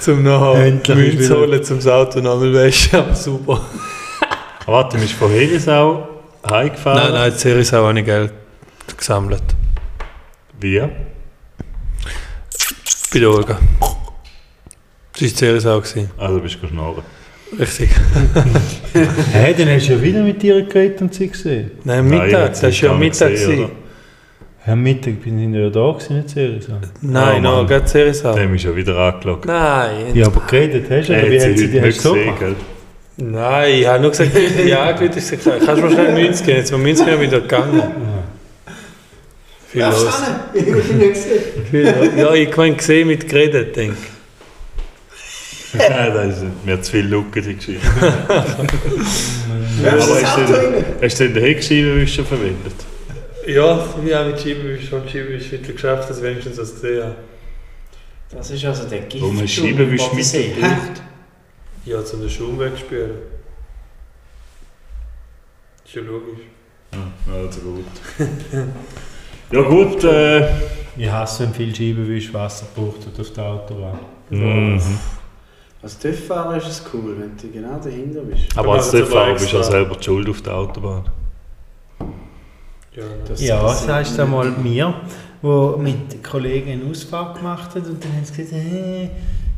Zum nachher Endlich ist Münz wieder- holen, zum das Auto nochmal waschen. Aber super. Aber Ah, warte, du bist von Herisau Nein, heimgefahren? nein, die Herisau habe ich Geld gesammelt. Wie? Bei der Olga. Das war die Herisau. gewesen. Also bist du geschnorren. Richtig. Hey, dann hast du ja wieder mit dir geredet und sie gesehen. Nein, Nein, ich Mittag, hab's das war ja gar nicht Mittag. gesehen, Gesehen, oder? Am Mittag bin ich ja da, gewesen, nicht seriös. Nein, Oh, oh, Mann. no, ganz seriös auch. Dem ist ja wieder Äh, angelockt. Nein, Ja, aber geredet hast du, oder wie hat sie die hast du so gemacht? gell? nein, ich habe nur gesagt, ja, gut, ich habe gesagt, kannst du mir schnell 90 geben, jetzt war 90 Minuten wieder gegangen. Viel los. Viel los. Ja, ich habe ihn gesehen mit geredet, denke ich. Nein, das ist mir zu viel Lücken, die Geschichte. Aber hast du denn- hast du denn den Heckscheibenwischer verwendet? Ja, ja, mit Schiebewischen und Schiebewischen wieder geschafft, dass ich wenigstens was gesehen habe. Das ist also der Gift. Wo man Scheibenwisch mit verbraucht? Ja, zum den Schaum wegspüren. Ist ja logisch. Also gut. Ja gut, äh... Ich hasse, wenn viel Scheibenwisch Wasser braucht und auf der Autobahn. Mhm. Als TÜV-Fahrer ist es cool, wenn du genau dahinter bist. Aber als Also, Fahrer bist du ja extra. selber die Schuld auf der Autobahn. Ja, nein. Das Ja, das- das heißt einmal mir, wo mit Kollegen einen Ausfahrt gemacht hat und dann haben sie gesagt, hey,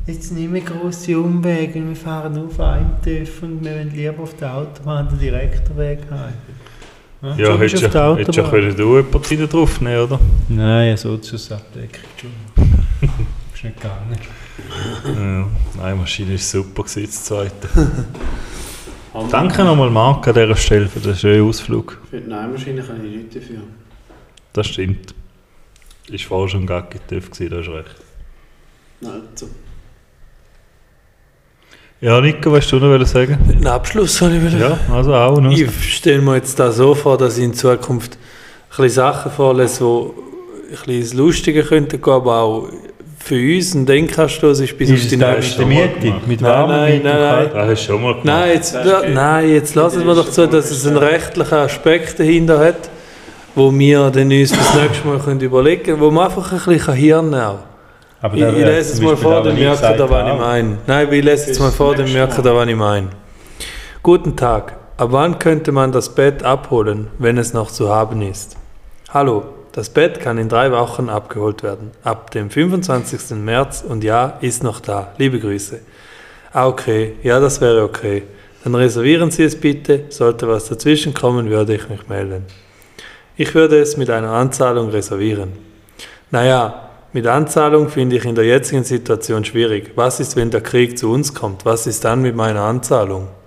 jetzt nicht mehr grosse Umwege, wir fahren nur auf einen TÜV und wir wollen lieber auf der Autobahn den direkten Weg haben. Ja, hättest bist du auf der ja, hättest ja Autobahn. können du jemanden hinten drauf nehmen, oder? Nein, so zur Abdeckung, Entschuldigung. Ist nicht gegangen. Ja. Nein, die Maschine ist super gewesen, das zweite. Danke nochmal Marc an dieser Stelle für den schönen Ausflug. Für die Neumaschine kann ich nichts dafür. Das stimmt. Ist vorher schon gacki TÜV gewesen, da hast du recht. Nein, so. Ja, Nico, was du noch wollen sagen? Einen Abschluss soll ich wieder. Ja, also auch noch. Ich stelle mir jetzt das so vor, dass ich in Zukunft ein bisschen Sachen vorlese, die ein bisschen ins Lustige könnten gehen, aber auch für uns und dann kannst du, es ist bis auf Ist die das nächste. ist die Miete? Mit warmen nein, Mieten? nein, nein. Das hast du schon mal gemacht. Nein, jetzt, Das ist okay. nein, jetzt lassen wir doch zu, dass es einen rechtlichen Aspekt dahinter hat, wo wir dann uns das nächste Mal können überlegen können, wo man einfach ein bisschen Hirn auch. Aber Ich, da ich wäre lese es zum mal Beispiel vor, auch dann nie merkt ihr, da, gesagt, ah, was ich auch. meine. Nein, ich lese jetzt mal vor, dann merkt ihr, da, was ich meine. Guten Tag. Ab wann könnte man das Bett abholen, wenn es noch zu haben ist? Hallo, das Bett kann in drei Wochen abgeholt werden. Ab dem 25. März und ja, ist noch da. Liebe Grüße. Ah, okay. Ja, das wäre okay. Dann reservieren Sie es bitte. Sollte was dazwischen kommen, würde ich mich melden. Ich würde es mit einer Anzahlung reservieren. Naja, mit Anzahlung finde ich in der jetzigen Situation schwierig. Was ist, wenn der Krieg zu uns kommt? Was ist dann mit meiner Anzahlung?